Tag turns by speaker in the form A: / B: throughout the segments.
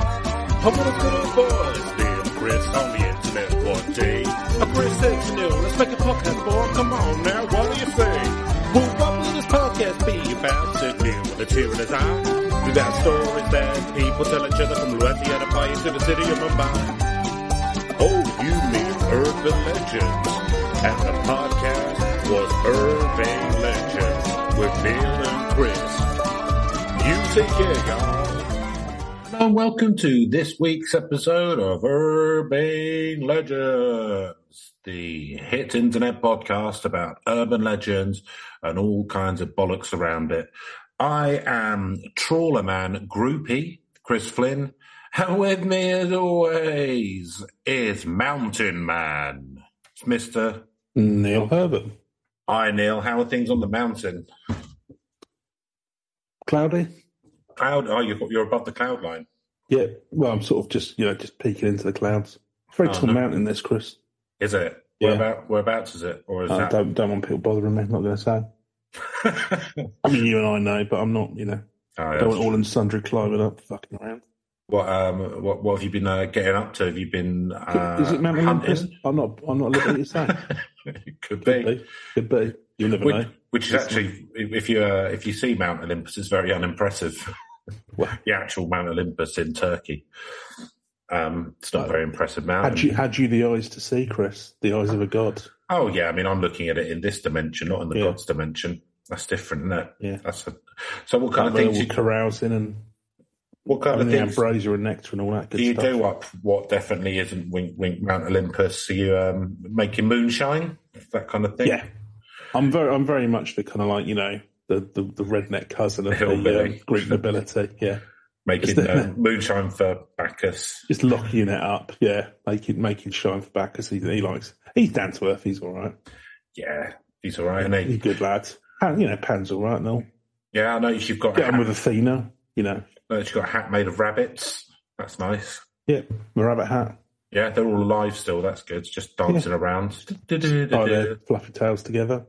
A: I wanna put on boys. Damn, Chris on the internet for day. A Chris says new. Let's make a podcast for. Come on now, what do you say? Move up, let this podcast be fast and new. The cheer in his eye. We got stories that people tell each other from Louisiana Fire to the city of Mumbai. Oh, you mean urban legends. And the podcast was Urban Legends with Neil and Chris. You take care, y'all. And welcome to this week's episode of Urban Legends, the hit internet podcast about urban legends and all kinds of bollocks around it. I am Trawler Man Groupie, Chris Flynn, and with me as always is Mountain Man. It's Mr.
B: Neil Herbert.
A: Hi Neil, how are things on the mountain?
B: Cloudy?
A: Cloud, oh, you're, you're above the cloud line.
B: Yeah. Well, I'm sort of just, you know, just peeking into the clouds. Uh-huh. It's a very
A: Oh,
B: tall
A: no.
B: mountain, this, Chris.
A: Is it?
B: Yeah. Uh,
A: Whereabout, whereabouts is it? Or is
B: I don't, don't want people bothering me. I'm not going to say.
A: that?
B: I mean, you and I know, but I'm not, you know,
A: Oh,
B: I
A: yeah.
B: don't want all and sundry climbing up, fucking around.
A: What um what what have you been uh, getting up to? Have you been uh,
B: Is it Mount Olympus?
A: hunting?
B: I'm not, I'm not looking at you saying.
A: Could
B: Could
A: be.
B: be. Could be. You'll never
A: Which,
B: know.
A: which is actually, if you uh, if you see Mount Olympus, it's very unimpressive.
B: Well-
A: the actual Mount Olympus in Turkey, um, it's not a very impressive mountain.
B: Had you, had you the eyes to see, Chris? The eyes of a god.
A: Oh yeah, I mean, I'm looking at it in this dimension, not in the
B: Yeah.
A: gods dimension. That's different, isn't it?
B: Yeah.
A: That's a, so. What kind
B: Where
A: of
B: all
A: things? You,
B: carousing and
A: what kind of
B: having the
A: things
B: ambrosia and nectar and all that good
A: do you
B: stuff.
A: do up what definitely isn't wink wink Mount Olympus? Are you um, making moonshine, that kind of thing?
B: Yeah, I'm very, I'm very much the kind of like you know the the, the redneck cousin of the
A: Hillbilly.
B: um, Greek nobility. Yeah,
A: making
B: Is there-
A: uh, moonshine for Bacchus.
B: just locking it up. Yeah, making making shine for back because he, he likes. He's down to earth. He's all right.
A: Yeah, he's all right, isn't
B: He's a
A: he?
B: good lad. And, you know, Pan's all right. No,
A: Yeah, I know you've got a
B: get on
A: hat,
B: with Athena. You know,
A: you've got a hat made of rabbits. That's nice.
B: yeah, my rabbit hat.
A: Yeah, they're all alive still. That's good. Just dancing around.
B: Tie their fluffy tails together.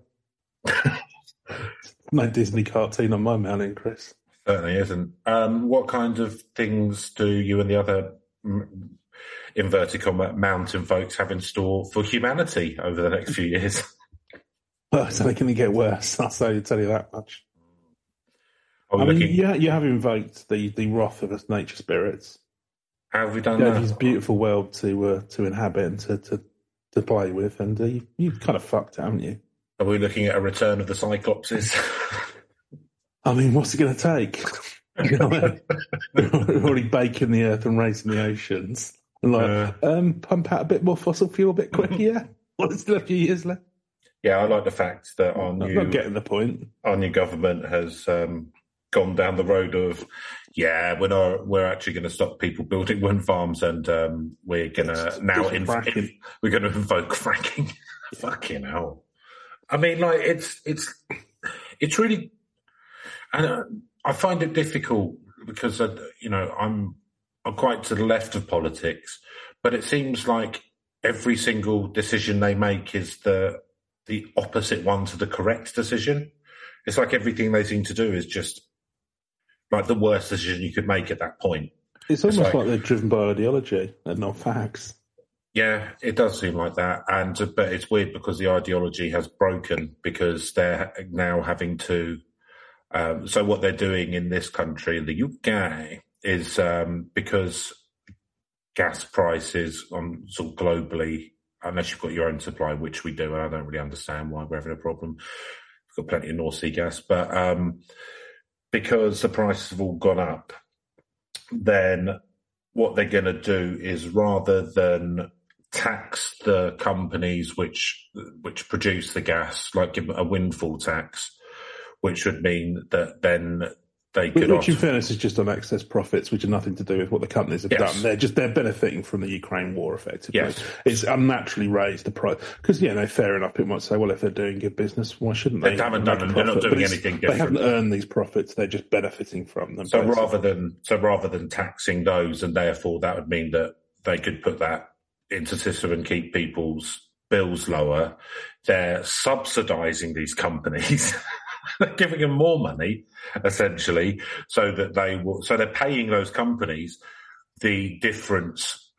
B: no Disney cartoon on my mountain, Chris.
A: Certainly isn't. Um, what kinds of things do you and the other mm, inverted comma mountain folks have in store for humanity over the next few years?
B: Well, it's only going to get worse. I'll say- tell you that much.
A: Are we
B: I mean,
A: looking?
B: you, you have invoked the, the wrath of us nature spirits.
A: How have we done
B: yeah,
A: that?
B: this beautiful world to uh, to inhabit and to, to, to play with, and uh, you, you've kind of fucked it, haven't you?
A: Are we looking at a return of the Cyclopses?
B: I mean, what's it going to take? You know, We're already baking the earth and raising the oceans. And like,
A: Uh.
B: um, pump out a bit more fossil fuel a bit quicker, yeah? Well, it's still a few years left.
A: yeah, I like the fact that our
B: I'm
A: new
B: not getting the point.
A: our new government has um, gone down the road of, yeah, we're not, we're actually going to stop people building wind farms, and um, we're going to now
B: Just
A: inv-
B: fracking.
A: we're going to invoke fracking. Fucking hell! I mean, like it's it's it's really, and uh, I find it difficult because I, you know I'm I'm quite to the left of politics, but it seems like every single decision they make is the the opposite one to the correct decision. It's like everything they seem to do is just like the worst decision you could make at that point.
B: It's almost
A: like-
B: like they're driven by ideology and not facts.
A: Yeah, it does seem like that, and uh, but it's weird because the ideology has broken because they're now having to. Um, so what they're doing in this country, in the UK, is um, because gas prices on sort of globally, unless you've got your own supply, which we do, and I don't really understand why we're having a problem. We've got plenty of North Sea gas, but um, because the prices have all gone up, then what they're going to do is rather than tax the companies which which produce the gas, like give them a windfall tax, which would mean that then they
B: Which,
A: could.
B: which in
A: off-
B: fairness, is just on excess profits, which are nothing to do with what the companies have
A: Yes.
B: done. They're just they're benefiting from the Ukraine war, effectively.
A: Yes.
B: It's unnaturally raised the price because yeah, no, fair enough. People might say, well, if they're doing good business, why shouldn't they?
A: They haven't
B: make
A: done
B: a
A: it. They're not
B: profit?
A: doing
B: But it's-
A: anything
B: They haven't
A: different.
B: earned these profits. They're just benefiting from them.
A: So
B: basically.
A: rather than so rather than taxing those, and therefore that would mean that they could put that into system and keep people's bills lower. They're subsidising these companies, they're giving them more money essentially, so that they will. So they're paying those companies the difference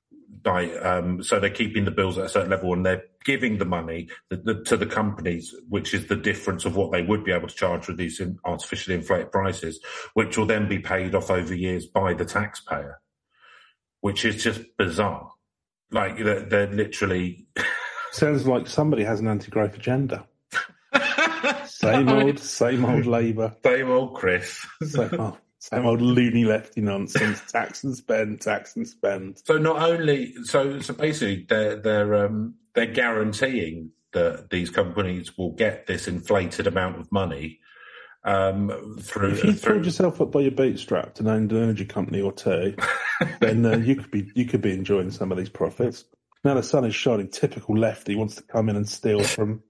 A: by um, so they're keeping the bills at a certain level and they're giving the money the, the, to the companies, which is the difference of what they would be able to charge with these in- artificially inflated prices, which will then be paid off over years by the taxpayer, which is just bizarre. Like they're, they're literally
B: Sounds like somebody has an anti-growth agenda. Same old, same old Labour,
A: same old Chris.
B: same old, same old loony lefty nonsense. Tax and spend, tax and spend.
A: So not only so so basically they're they're um, they're guaranteeing that these companies will get this inflated amount of money um, through
B: If you
A: through
B: pulled yourself up by your bootstraps and owned an energy company or two, then uh, you could be you could be enjoying some of these profits. Now the sun is shining. Typical lefty wants to come in and steal from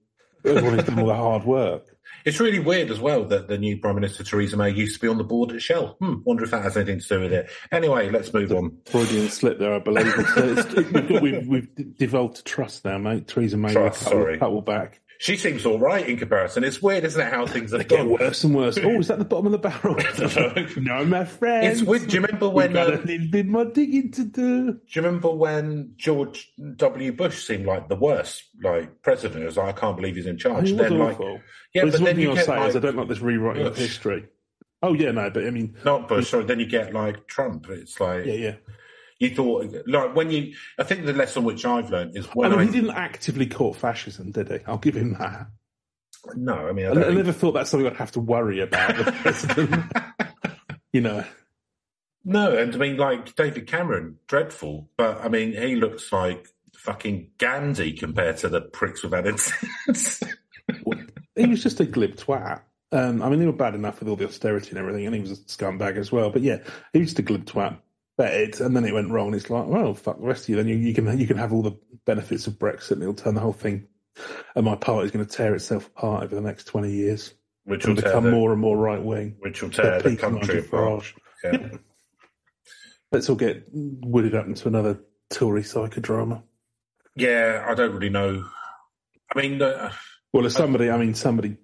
B: everyone who's done all the hard work.
A: It's really weird as well that the new Prime Minister Theresa May used to be on the board at Shell. Hmm, wonder if that has anything to do with it. Anyway, let's move on.
B: Freudian slip there, I believe. So it's, we've, got, we've, we've devolved to trust now, mate. Theresa May,
A: Trust,
B: we'll cut- we'll
A: sorry.
B: cut all back.
A: She seems all right in comparison. It's weird, isn't it, how things have
B: Get
A: gone?
B: worse and worse. Oh, is that the bottom of the barrel? no, my friend.
A: It's weird. Do you remember
B: We've
A: when?
B: got
A: Uh,
B: a little bit more digging to do.
A: do you remember when George W. Bush seemed like the worst, like president? It was like, I can't believe he's in charge.
B: He was
A: then, like,
B: awful.
A: yeah,
B: There's
A: but
B: one
A: then
B: thing
A: you
B: I'll
A: get
B: say is I
A: like,
B: don't like this rewriting of
A: Bush.
B: history. Oh yeah, no, but I mean,
A: not Bush. Sorry, then you get like Trump. It's like
B: yeah, yeah.
A: you thought, like when you. I think the lesson which I've learned is
B: I
A: when
B: mean,
A: I,
B: he didn't actively court fascism, did he? I'll give him that.
A: no, I mean, I
B: I,
A: don't
B: I never thought that's something I'd have to worry about. the president. you know,
A: No, and I mean, like David Cameron, dreadful, but I mean, he looks like fucking Gandhi compared to the pricks we've had in since.
B: he was just a glib twat. Um, I mean, they were bad enough with all the austerity and everything, and he was a scumbag as well. But yeah, he was just a glib twat. Bet it, and then it went wrong. It's like, well, fuck the rest of you. Then you, you can you can have all the benefits of Brexit, and it'll turn the whole thing. And my party's going to tear itself apart over the next twenty years
A: which will
B: and
A: tear
B: become
A: the,
B: more and more right wing.
A: which will tear the country apart. Yeah.
B: Let's all get wooded up into another Tory psychodrama.
A: yeah, I don't really know. I mean, uh,
B: Well, as somebody, I mean, somebody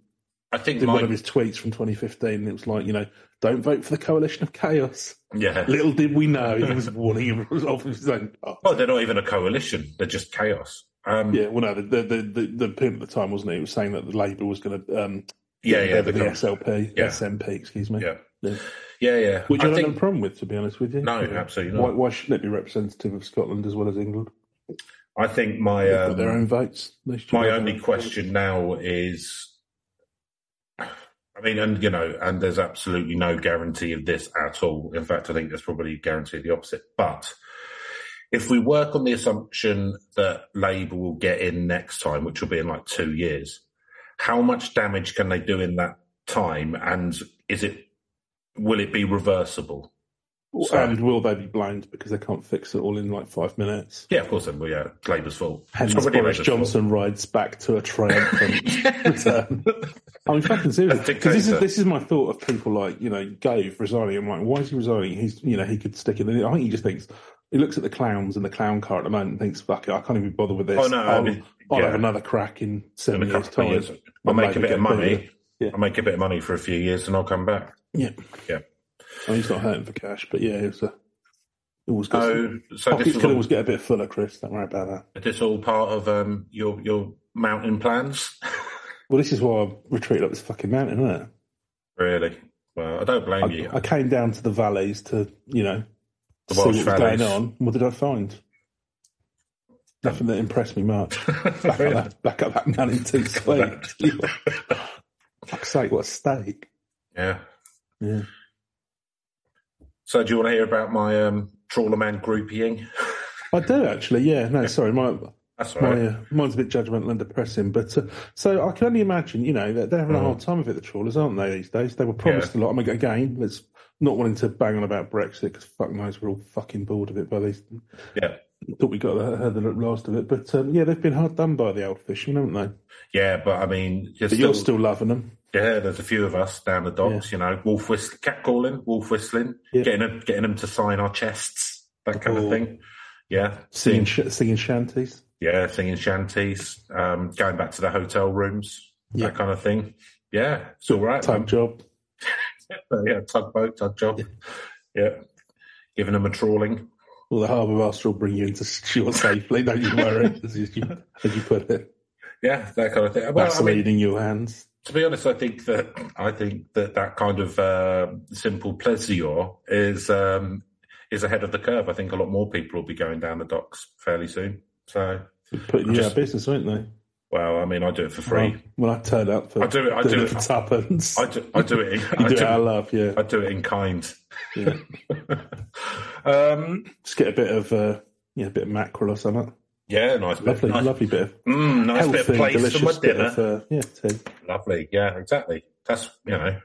A: I think
B: did one of
A: my
B: his tweets from 2015, and it was like, you know, don't vote for the coalition of chaos.
A: yeah.
B: Little did we know he was warning everyone off of his own. part.
A: Well, Oh, they're not even a coalition; they're just chaos. Um, yeah,
B: Yeah, well, no, the the the, the, the pimp at the time wasn't it? It was saying that the Labour was going to um
A: yeah,
B: get
A: yeah,
B: rid
A: the
B: of the,
A: com-
B: SLP,
A: Yeah.
B: SMP, excuse me,
A: yeah,
B: Yeah.
A: yeah, yeah.
B: which I,
A: I
B: don't
A: think
B: have a problem with, to be honest with you.
A: no,
B: You know,
A: absolutely
B: Why,
A: not.
B: why shouldn't it be representative of Scotland as well as England?
A: I think my
B: They've got
A: um,
B: their own votes. They should
A: My
B: have
A: only
B: their own
A: question now is, I mean, and you know, and there's absolutely no guarantee of this at all. In fact, I think there's probably a guarantee of the opposite. But if we work on the assumption that Labour will get in next time, which will be in like two years, how much damage can they do in that time? And is it, will it be reversible?
B: votes.
A: So-
B: And will they be blamed because they can't fix it all in like five minutes?
A: Yeah, of course, then, well, yeah, Labour's fault.
B: Hence,
A: already
B: Boris
A: Labour's fault.
B: Johnson rides back to a triumphant return. I mean, fucking serious.
A: A
B: Because this is
A: dictator.
B: this is my thought of people like you know Gove resigning. I'm like, why is he resigning? He's you know he could stick it. in. I think he just thinks he looks at the clowns and the clown car at the moment and thinks, fuck it, I can't even bother with this.
A: Oh, no, I
B: I'll,
A: mean,
B: I'll
A: yeah.
B: have another crack in
A: in
B: seven
A: a
B: years'
A: couple
B: time.
A: of years. I'll
B: When
A: make a
B: Labour
A: bit of
B: get bigger.
A: money.
B: Yeah.
A: I'll make a bit of money for a few years and I'll come back.
B: Yeah,
A: Yeah.
B: I mean, he's not hurting for cash, but yeah, it's a. It was good.
A: So, so Oh, this
B: Pockets
A: is
B: could
A: all,
B: always get a bit fuller, Chris. Don't worry about that.
A: this all part of um, your your mountain plans,
B: Well, this is why I retreated up this fucking mountain, isn't it?
A: really. Well, I don't blame you.
B: I, I came down to the valleys to, you know,
A: The
B: see what
A: Welsh
B: was
A: valleys.
B: going on. What did I find? Nothing that impressed me much. Back, up, that, back up that mountain too sweet. Fuck's sake, what a steak.
A: yeah.
B: Yeah.
A: So, do you want to hear about my um, trawler man groupieing?
B: I do actually, yeah. No, sorry, my
A: That's all right.
B: my uh, mine's a bit judgmental and depressing, but uh, so I can only imagine, you know, that they're
A: Mm.
B: having a hard time of it, the trawlers, aren't they? These days, they were promised a lot. I mean, again, let's not wanting to bang on about Brexit because fuck knows we're all fucking bored of it by these
A: Yeah.
B: thought we got the, heard the last of it. But um, yeah, they've been hard done by the old fishermen, haven't they?
A: Yeah, but I mean, you're
B: But
A: still,
B: you're still loving them.
A: yeah. There's a few of us down the docks, you know, wolf whist- cat calling, wolf whistling,
B: Yeah.
A: getting them, getting them to sign our chests, that kind
B: Oh.
A: of thing. Yeah,
B: Singing, sh- singing shanties.
A: yeah, singing shanties, um, going back to the hotel rooms,
B: Yeah.
A: that kind of thing. Yeah, it's all right.
B: Tug job.
A: man. yeah, tugboat, tug job. Yeah. giving them a trawling.
B: Well, the harbour master will bring you into shore safely. Don't you worry, as you, as you put it,
A: Yeah, that kind of thing. Well, I
B: vaseline
A: mean,
B: in your hands.
A: to be honest, I think that I think that that kind of uh, simple pleasure is um, is ahead of the curve. I think a lot more people will be going down the docks fairly soon. So,
B: Putting you out
A: Just-
B: of business, won't they?
A: well, I mean, I do it for free.
B: Well, I turn up for
A: I do it- I do it-
B: for tuppence.
A: I do, I do it.
B: you
A: I
B: do,
A: do,
B: it out of love, yeah.
A: I do it in kind.
B: yeah.
A: um,
B: Just get a bit of uh, yeah, a bit of mackerel or something.
A: yeah, nice bit.
B: Lovely,
A: nice,
B: lovely bit of
A: mm, nice
B: healthy,
A: bit of place for
B: delicious
A: my
B: bit
A: dinner.
B: of uh, yeah. tea.
A: Lovely. Yeah, exactly. That's you know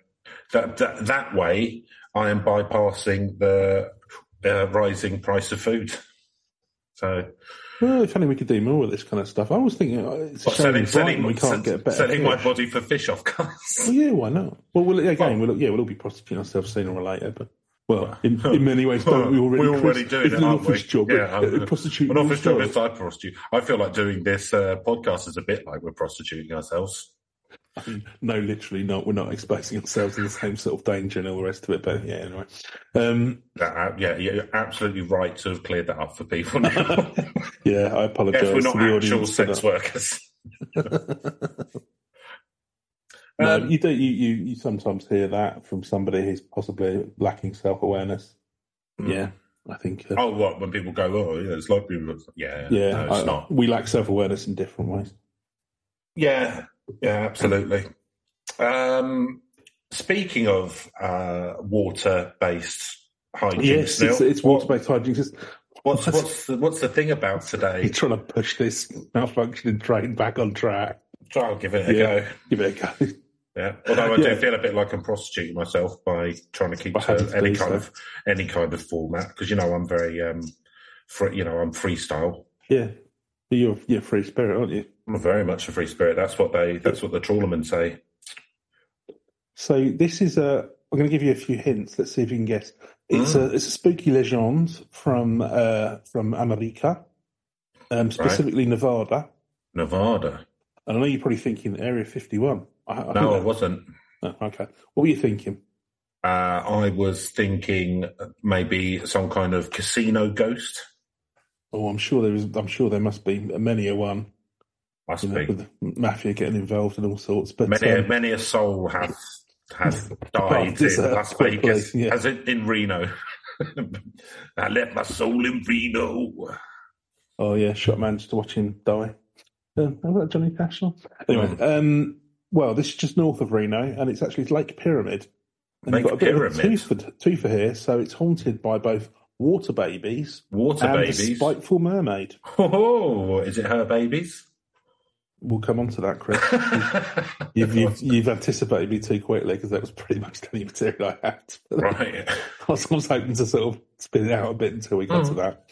A: that that, that way I am bypassing the uh, rising price of food. So
B: Well, if only we could do more with this kind of stuff. I was thinking uh, it's a
A: what,
B: shame
A: selling
B: in
A: selling,
B: Brighton we can't get better.
A: selling my
B: fish.
A: body for fish off cars.
B: Well, yeah, why not? Well, we'll again, we'll, yeah, we'll all be prostituting ourselves sooner or later. But well, in, in many ways, don't we already?
A: We're already
B: Chris?
A: doing
B: It's
A: it,
B: an
A: aren't
B: office
A: we?
B: job.
A: Yeah,
B: We're-
A: I'm-
B: we're prostituting
A: An office job
B: ourselves.
A: is like prostitute. I feel like doing this uh, podcast is a bit like we're prostituting ourselves.
B: No, literally not. We're not exposing ourselves to the same sort of danger and all the rest of it. But yeah, anyway. Um,
A: That, uh, yeah, you're absolutely right to have cleared that up for people. Now.
B: yeah, I apologise.
A: Yes, we're
B: to
A: not
B: the
A: actual
B: audience for
A: sex
B: that.
A: workers.
B: No,
A: Um,
B: you do. You, you you sometimes hear that from somebody who's possibly lacking self awareness.
A: Mm.
B: Yeah, I think. Uh,
A: Oh, what? When people go, oh, yeah, it's like people. Yeah,
B: yeah,
A: no, it's
B: I-
A: not.
B: we lack self awareness in different ways.
A: Yeah, yeah, absolutely. Um, speaking of uh, water-based hygiene,
B: Yes,
A: Neil,
B: it's, it's
A: what-
B: water based hygiene. It's-
A: What's what's the, what's the thing about
B: You're
A: today?
B: trying to push this malfunctioning train back on track.
A: Try and give it a
B: Yeah.
A: go.
B: Give it a go.
A: Yeah, although I
B: Yeah.
A: do feel a bit like I'm prostituting myself by trying to keep
B: By
A: to
B: having to
A: any
B: do
A: kind
B: so.
A: of any kind of format because you know I'm very um, free. You know I'm freestyle.
B: Yeah, you're you're a free spirit, aren't you?
A: I'm very much a free spirit. That's what they. That's what the trawlermen say.
B: So this is a. I'm going to give you a few hints. Let's see if you can guess. It's
A: Mm.
B: a it's a spooky legend from uh, from America, um, specifically Nevada.
A: Nevada.
B: And I know you're probably thinking Area 51. I, I
A: No, I
B: think
A: wasn't.
B: that- oh, okay. What were you thinking?
A: Uh, I was thinking maybe some kind of casino ghost.
B: Oh, I'm sure there is. I'm sure there must be many a one
A: Must
B: you know,
A: be
B: with the mafia getting involved and all sorts. But
A: many.
B: um,
A: many a soul has has
B: Apart
A: died
B: from this,
A: in
B: uh,
A: Las
B: quickly,
A: Vegas,
B: yeah.
A: as in, in Reno. I left my soul in Reno.
B: Oh yeah, shot man just to watch him die. Um, how about Johnny Cash? on? Anyway,
A: Hmm.
B: um, well, this is just north of Reno, and it's actually Lake Pyramid. And
A: Lake
B: you've got a bit of a
A: Pyramid?
B: twofer, twofer here, so it's haunted by both water babies
A: Water
B: and the
A: babies.
B: spiteful mermaid.
A: Oh, is it her babies?
B: We'll come on to that, Chris. you've, you've, you've anticipated me too quickly because that was pretty much the only material I had.
A: right.
B: I was almost hoping to sort of spin it out a bit until we
A: Hmm.
B: got to that.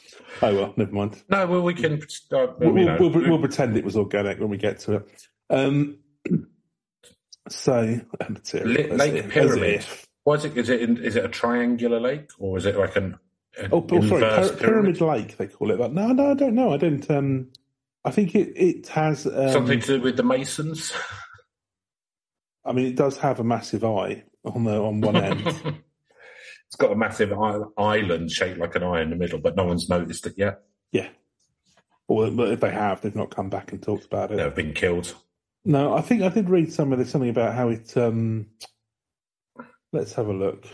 B: Oh well, never mind.
A: No, well, we can. Uh,
B: we'll,
A: you know,
B: we'll, we'll, we'll pretend it was organic when we get to it. Um, so, um, material,
A: Lake
B: as if-
A: Pyramid.
B: as if.
A: What is it? Is it, in, is it a triangular lake or is it like an, an
B: Oh, oh, sorry, Pyra-
A: inverse
B: Pyramid, Lake, they call it that. No, no, I don't know. I don't. Um, I think it, it has. Um,
A: Something to do with the Masons?
B: I mean, it does have a massive eye on the on one end.
A: it's got a massive i- island shaped like an eye in the middle, but no one's noticed it yet.
B: yeah. Or but if they have, they've not come back and talked about it.
A: They've been killed.
B: No, I think I did read somewhere there's something about how it. Um, let's have a look.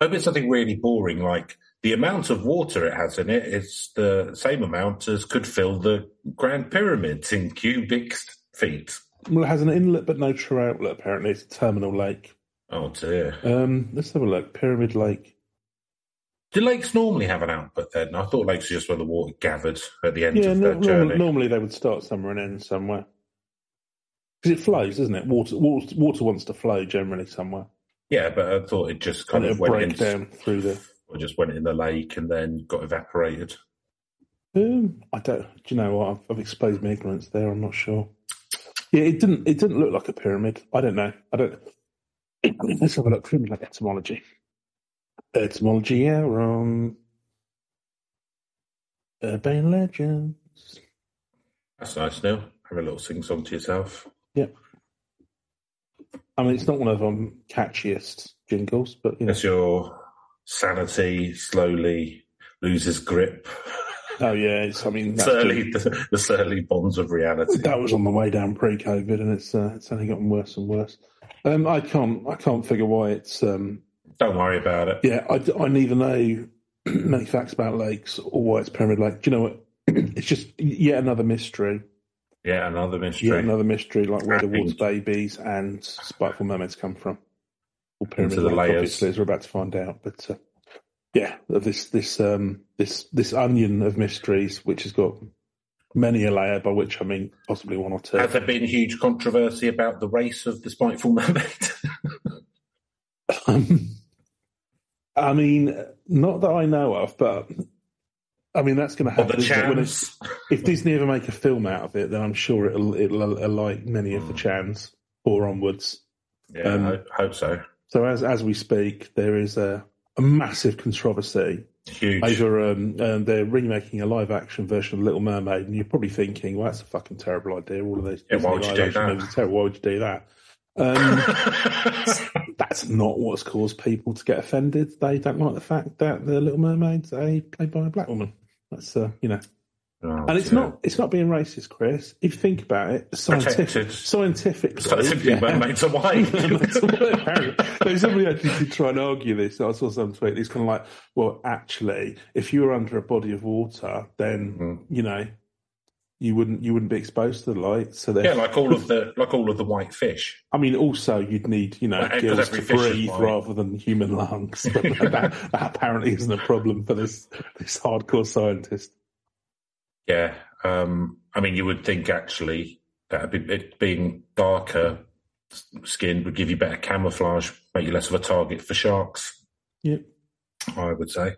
A: Hope it's something really boring, like the amount of water it has in it is the same amount as could fill the Grand Pyramid in cubic feet.
B: Well, it has an inlet but no true outlet. Apparently, it's a terminal lake.
A: Oh dear.
B: Um, let's have a look. Pyramid Lake.
A: Do lakes normally have an output then? I thought lakes are just where the water gathered at the end
B: Yeah,
A: of
B: no,
A: their
B: norm-
A: journey.
B: normally they would start somewhere and end somewhere because it flows, doesn't it? Water, water, water wants to flow generally somewhere,
A: Yeah, but I thought it just kind
B: and
A: of
B: it'll
A: went
B: break
A: in,
B: down through the.
A: or just went in the lake and then got evaporated.
B: Um, I don't. Do you know what? I've, I've exposed my ignorance there. I'm not sure. Yeah, it didn't. It didn't look like a pyramid. I don't know. I don't. Let's have a look. Pyramid Lake etymology. Etymology. Yeah, wrong. Urban legends.
A: That's nice, Neil. Have a little sing song to yourself.
B: I mean, it's not one of um catchiest jingles, but you know,
A: As your sanity slowly loses grip.
B: Oh yeah, it's. I mean, that's
A: Surly, the, the surly bonds of reality.
B: that was on the way down pre-COVID, and it's uh, it's only gotten worse and worse. Um, I can't I can't figure why it's. Um,
A: Don't worry about it.
B: yeah, I, d- I don't even know many facts about lakes or why it's Pyramid Lake. Do you know what? it's just yet another mystery.
A: Yeah, another mystery.
B: Yet another mystery, like where the
A: Right.
B: water babies and spiteful mermaids come from. Or Pyramid
A: Into the
B: Lake,
A: layers.
B: obviously, as we're about to find out. But uh, yeah, this this um this this onion of mysteries, which has got many a layer, by which I mean possibly one or two.
A: Has there been huge controversy about the race of the spiteful mermaid?
B: Um, I mean, not that I know of, but I mean that's going to
A: or
B: happen.
A: the
B: isn't it? When it-
A: chance?
B: if Disney ever make a film out of it, then I'm sure it'll it'll alight many
A: Hmm.
B: of the Chans or onwards.
A: Yeah,
B: Um,
A: I hope- hope so.
B: So as as we speak, there is a, a massive controversy
A: Huge.
B: over um, um, they're remaking a live action version of Little Mermaid, and you're probably thinking, well, that's a fucking terrible idea. All of those
A: Yeah, why
B: Disney
A: would you
B: live
A: do
B: action
A: that?
B: movies are terrible. Why would you do that? Um, that's not what's caused people to get offended. They don't like the fact that the Little Mermaid's a played by a black woman. That's uh, you know,
A: Oh,
B: and it's
A: dear.
B: not it's not being racist, Chris. If you think about it,
A: Protected.
B: scientific, scientifically,
A: Scientifically,
B: yeah.
A: mermaids are white.
B: Apparently, somebody actually did try and argue this. I saw some tweet. It's kind of like, well, actually, if you were under a body of water, then
A: Mm.
B: you know you wouldn't you wouldn't be exposed to the light. So
A: yeah,
B: therefore,
A: like all of the like all of the white fish.
B: I mean, also you'd need you know
A: Well, 'cause
B: gills
A: every
B: to
A: fish is
B: breathe
A: white.
B: rather than human lungs. But that, that apparently isn't a problem for this this hardcore scientist.
A: Yeah. Um, I mean, you would think actually that be, it being darker s- skinned would give you better camouflage, make you less of a target for sharks.
B: Yep.
A: I would say.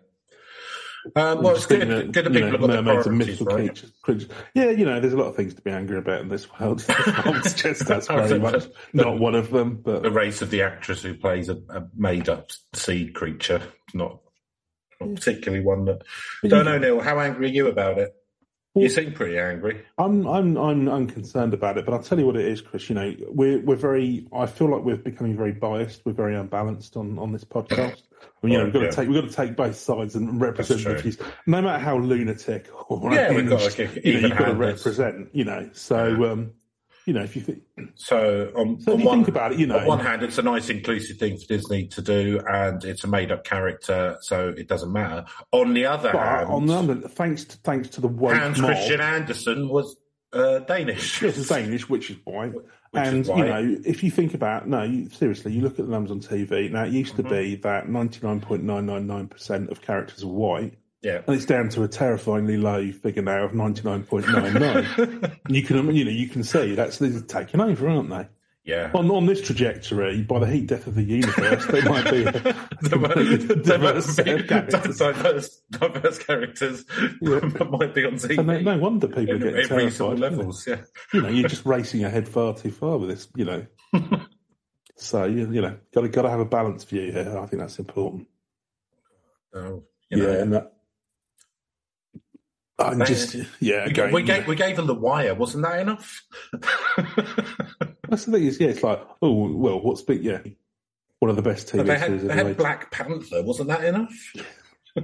A: Um, well, it's
B: Just
A: good.
B: thinking that,
A: good that
B: you
A: people
B: know,
A: have got their
B: mermaids
A: priorities
B: are mythical
A: right.
B: creatures, creatures. Yeah, you know, there's a lot of things to be angry about in this world. it's just that's very much not one of them.
A: The
B: But
A: race of the actress who plays a, a made-up sea creature, not, not particularly one that. Don't know, Neil. How angry are you about it? You seem pretty angry.
B: I'm I'm I'm unconcerned about it. But I'll tell you what it is, Chris. You know, we're we're very. I feel like we're becoming very biased. We're very unbalanced on on this podcast. I mean, you know, we've got
A: Yeah.
B: to take we've got to take both sides and represent the
A: true.
B: views, no matter how lunatic or
A: Yeah, we've got to
B: unhinged,
A: kick-
B: you know, you've got to
A: even-handed.
B: represent. You know, so um, you know, if you think
A: So, on,
B: so, if
A: on
B: you
A: one,
B: think about it, you know,
A: on one hand, it's a nice inclusive thing for Disney to do, and it's a made-up character, so it doesn't matter. On the other
B: But
A: hand,
B: on the other, thanks to thanks to the woke
A: Hans
B: mob,
A: Christian Andersen was uh, Danish.
B: yes, it's Danish, which is white.
A: Which
B: and
A: is
B: you
A: why-
B: know, if you think about no, you, seriously, you look at the numbers on TV. Now it used
A: Mm-hmm.
B: to be that ninety nine point nine nine nine percent of characters are white,
A: yeah.
B: and it's down to a terrifyingly low figure now of ninety nine point nine nine. You can you know you can see that's they're taking over, aren't they?
A: yeah.
B: On on this trajectory, by the heat death of the universe, they might be.
A: There might be- there
B: diverse
A: might be
B: set of characters.
A: diverse, diverse characters that might be on TV
B: And no wonder people
A: in,
B: get
A: in
B: terrified.
A: reasonable
B: don't they?
A: levels. Yeah.
B: you know, you're just racing ahead far too far with this, you know. so you, you know, got to got to have a balanced view here. I think that's important.
A: So, you know.
B: yeah, and that, I'm
A: Thank-
B: just yeah.
A: We,
B: again,
A: we
B: you
A: gave
B: know.
A: we gave them the wire, wasn't that enough?
B: That's the thing is, yeah, it's like oh well, what's big? Yeah, one of the best TV
A: they had,
B: series
A: they
B: ever
A: had
B: made.
A: Black Panther, wasn't that enough?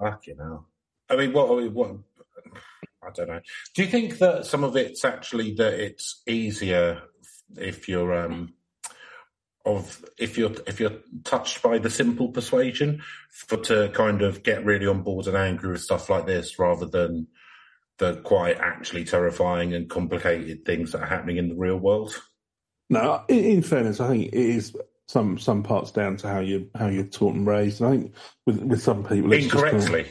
A: Fucking hell! I mean, what, I mean, what? I don't know. Do you think that some of it's actually that it's easier if you're um of if you're if you're touched by the simple persuasion for to kind of get really on board and angry with stuff like this rather than the quite actually terrifying and complicated things that are happening in the real world?
B: No, in, in fairness, I think it is some some parts down to how you how you're taught and raised. And I think with with some people, it's just, uh,
A: Incorrectly.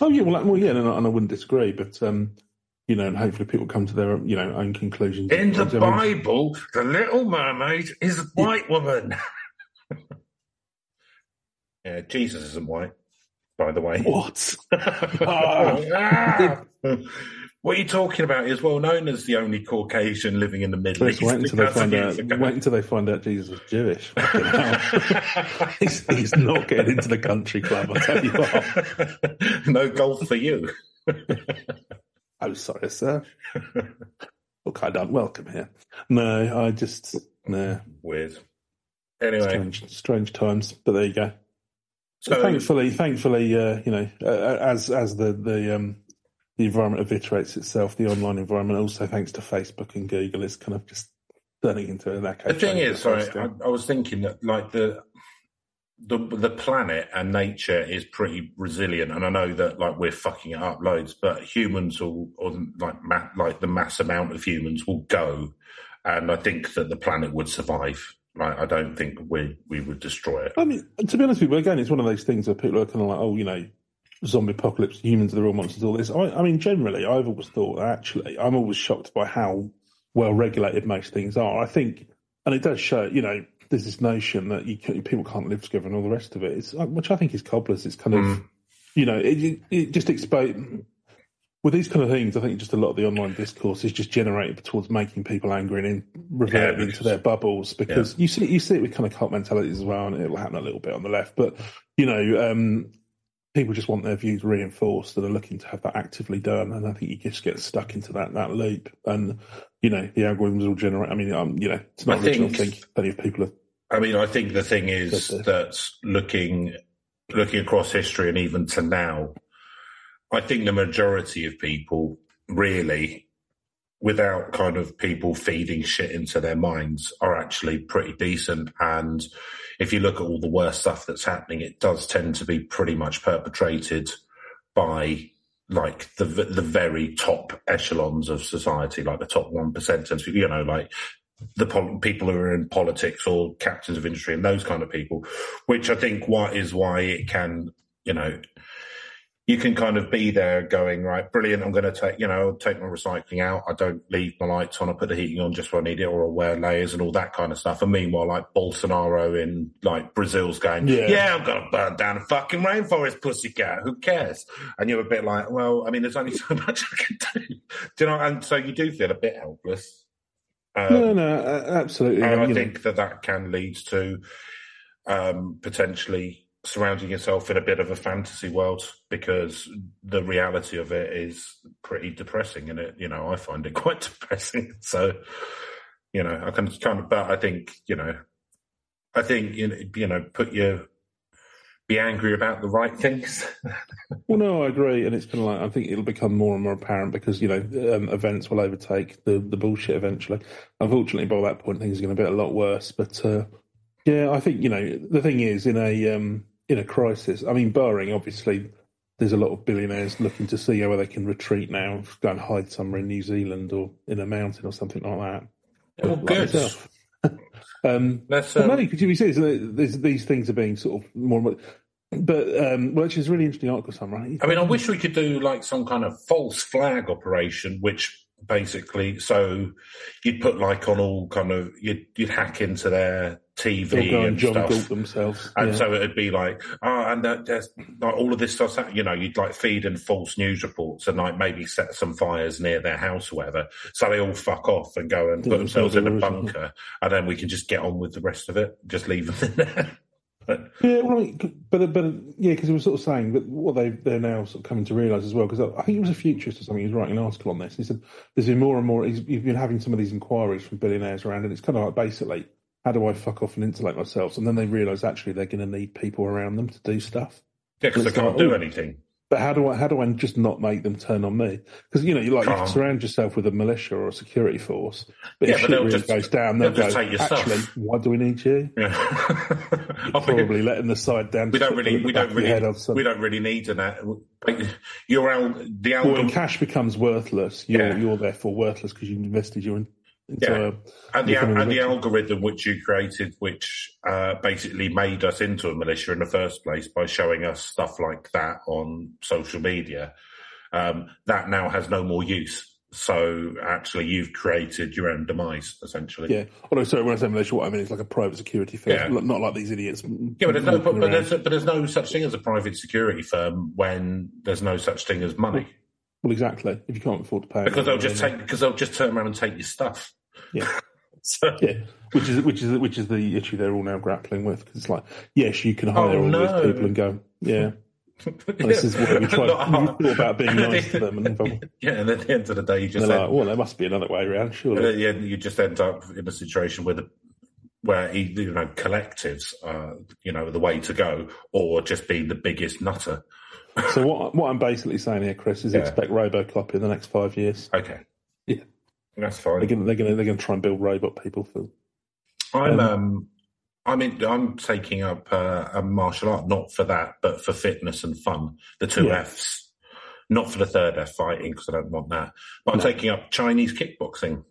B: Oh yeah, well, like, well yeah, and I, and I wouldn't disagree, but um, you know, and hopefully people come to their you know own conclusions.
A: In the
B: I mean,
A: Bible, the little mermaid is a white woman. yeah, Jesus isn't white, by the way.
B: What?
A: Ah. what you're talking about is well known as the only Caucasian living in the Middle
B: Let's
A: East.
B: wait until they
A: 2,000
B: find out.
A: years ago.
B: Wait until they find out Jesus was Jewish. Fucking hell. he's, he's not getting into the country club. I tell you what.
A: no gold for you.
B: I'm Oh, sorry, sir. Look, I don't welcome here. No, I just no.
A: Weird. Anyway,
B: Strange, strange times. But there you go.
A: So
B: thankfully, thankfully, uh, you know, uh, as as the the um, the environment obliterates itself, the online environment also thanks to Facebook and Google is kind of just turning into an echo.
A: the thing
B: chamber
A: is, sorry,
B: faster.
A: I, I was thinking that like the the the planet and nature is pretty resilient, and I know that like we're fucking it up loads, but humans will or like ma- like the mass amount of humans will go, and I think that the planet would survive. Like I don't think we we would destroy it.
B: I mean, to be honest with you, again, it's one of those things where people are kind of like, oh, you know, zombie apocalypse, humans are the real monsters, all this. I, I mean, generally, I've always thought, actually, I'm always shocked by how well regulated most things are. I think, and it does show, you know, there's this notion that you can, people can't live together and all the rest of it, it's, uh, which I think is cobblers. It's kind of, you know, it, it, it just exposes. With these kind of things, I think just a lot of the online discourse is just generated towards making people angry and in, reverting
A: because-
B: into their bubbles because you see you see it with kind of cult mentalities as well, and it will happen a little bit on the left. But you know, um, people just want their views reinforced and are looking to have that actively done. And I think you just get stuck into that that loop, and you know, the algorithms will generate. I mean, um, you know, it's not
A: I
B: original
A: think-
B: thinking. Plenty of people are
A: I mean, I think the thing is
B: Good.
A: that looking looking across history and even to now, I think the majority of people really, without kind of people feeding shit into their minds, are actually pretty decent. And if you look at all the worst stuff that's happening, it does tend to be pretty much perpetrated by like the v- the very top echelons of society, like the top one percent, and you know, like the pol- people who are in politics or captains of industry and those kind of people, which I think what is why it can, you know, you can kind of be there going right, brilliant. I'm going to take, you know, take my recycling out. I don't leave my lights on. I put the heating on just when I need it, or I wear layers and all that kind of stuff. And meanwhile, like Bolsonaro in like Brazil's going,
B: Yeah.
A: yeah, I'm going to burn down a fucking rainforest, pussycat. Who cares? And you're a bit like, well, I mean, there's only so much I can do. do you know? And so you do feel a bit helpless. Um,
B: no, no, a- absolutely.
A: and I
B: you know.
A: think that that can lead to um, potentially surrounding yourself in a bit of a fantasy world because the reality of it is pretty depressing, and it you know I find it quite depressing. So you know I can kind of, but I think you know, I think you know, you know put your be angry about the right things.
B: Well, no, I agree, and it's kind of like I think it'll become more and more apparent because you know um, events will overtake the the bullshit eventually. Unfortunately, by that point, things are going to be a lot worse. But uh, yeah, I think you know the thing is in a um, in a crisis. I mean, barring obviously, there's a lot of billionaires looking to see where they can retreat now, go and hide somewhere in New Zealand or in a mountain or something like that.
A: Well,
B: Like
A: good.
B: myself. um,
A: Let's
B: well,
A: um,
B: no, because you see, these these things are being sort of more. and more- But um, well, actually, it's a really interesting article, Sam. Right?
A: I mean, I wish we could do like some kind of false flag operation, which basically, so you'd put like on all kind of you'd you'd hack into their
B: They'll
A: TV
B: go and
A: and
B: John
A: stuff.
B: Galt themselves.
A: And
B: yeah.
A: so it'd be like, oh, and that, there's like all of this stuff. that- You know, you'd like feed in false news reports and like maybe set some fires near their house or whatever. So they all fuck off and go and
B: Didn't
A: put themselves in a
B: themselves in the
A: bunker, and then we can just get on with the rest of it. Just leave them in there.
B: yeah, well, I mean, but but yeah, because it was sort of saying that what they they're now sort of coming to realise as well. Because I, I think it was a futurist or something who was writing an article on this. He said there's been more and more. He's, you've been having some of these inquiries from billionaires around, and it's kind of like basically, how do I fuck off and insulate myself? And then they realise actually they're going to need people around them to do stuff.
A: Yeah, because they
B: It's like,
A: can't do
B: oh,
A: anything.
B: But how do I how do I just not make them turn on me? Because you know, you like you can
A: Can't.
B: surround yourself with a militia or a security force, but
A: Yeah, but
B: if shit
A: they'll
B: really
A: just-
B: goes down, they'll,
A: they'll
B: go.
A: just take your stuff.
B: Actually, why do we need you?
A: Yeah. I think it-
B: Probably letting the side down.
A: Oh, we
B: to
A: don't
B: put them
A: really,
B: in the
A: we
B: back
A: don't
B: of your head
A: really,
B: of some-
A: we don't really need an. a- like, Your al- the
B: Well, when
A: algorithms
B: cash becomes worthless, you're
A: Yeah.
B: you're therefore worthless because you invested your in, into
A: Yeah. and the
B: you can
A: and the
B: invent-
A: algorithm which you created, which uh, basically made us into a militia in the first place by showing us stuff like that on social media, um, that now has no more use. So actually, you've created your own demise,
B: a
A: essentially.
B: yeah. Although, sorry, when I say militia, what I mean is like a private security firm,
A: Yeah.
B: not like these idiots.
A: Yeah, but there's no, but,
B: walking
A: but,
B: around.
A: there's, but there's no such thing as a private security firm when there's no such thing as money.
B: well, exactly. If you can't afford to pay,
A: because they'll
B: anyone,
A: just
B: then-
A: take because they'll just turn around and take your stuff.
B: Yeah.
A: so,
B: Yeah, which is which is which is the issue they're all now grappling with because it's like, yes, you can hire
A: Oh,
B: all
A: no.
B: these people and go, yeah, well, this is what we tried. we thought about being nice to them, and everyone-
A: Yeah, and at the end of the day, you
B: they're
A: just end,
B: like, well, there must be another way around,
A: and
B: surely.
A: at the end, you just end up in a situation where the where he, you know, collectives are, you know, the way to go, or just being the biggest nutter.
B: So what what I'm basically saying here, Chris, is
A: Yeah.
B: expect RoboCop in the next five years.
A: Okay.
B: Yeah.
A: That's fine.
B: They're gonna they're gonna they're gonna try and build robot people for.
A: I'm um I'm in, I'm taking up uh, a martial art not for that, but for fitness and fun. The two
B: Yeah.
A: Fs, not for the third F fighting because I don't want that. But I'm
B: No.
A: taking up Chinese kickboxing.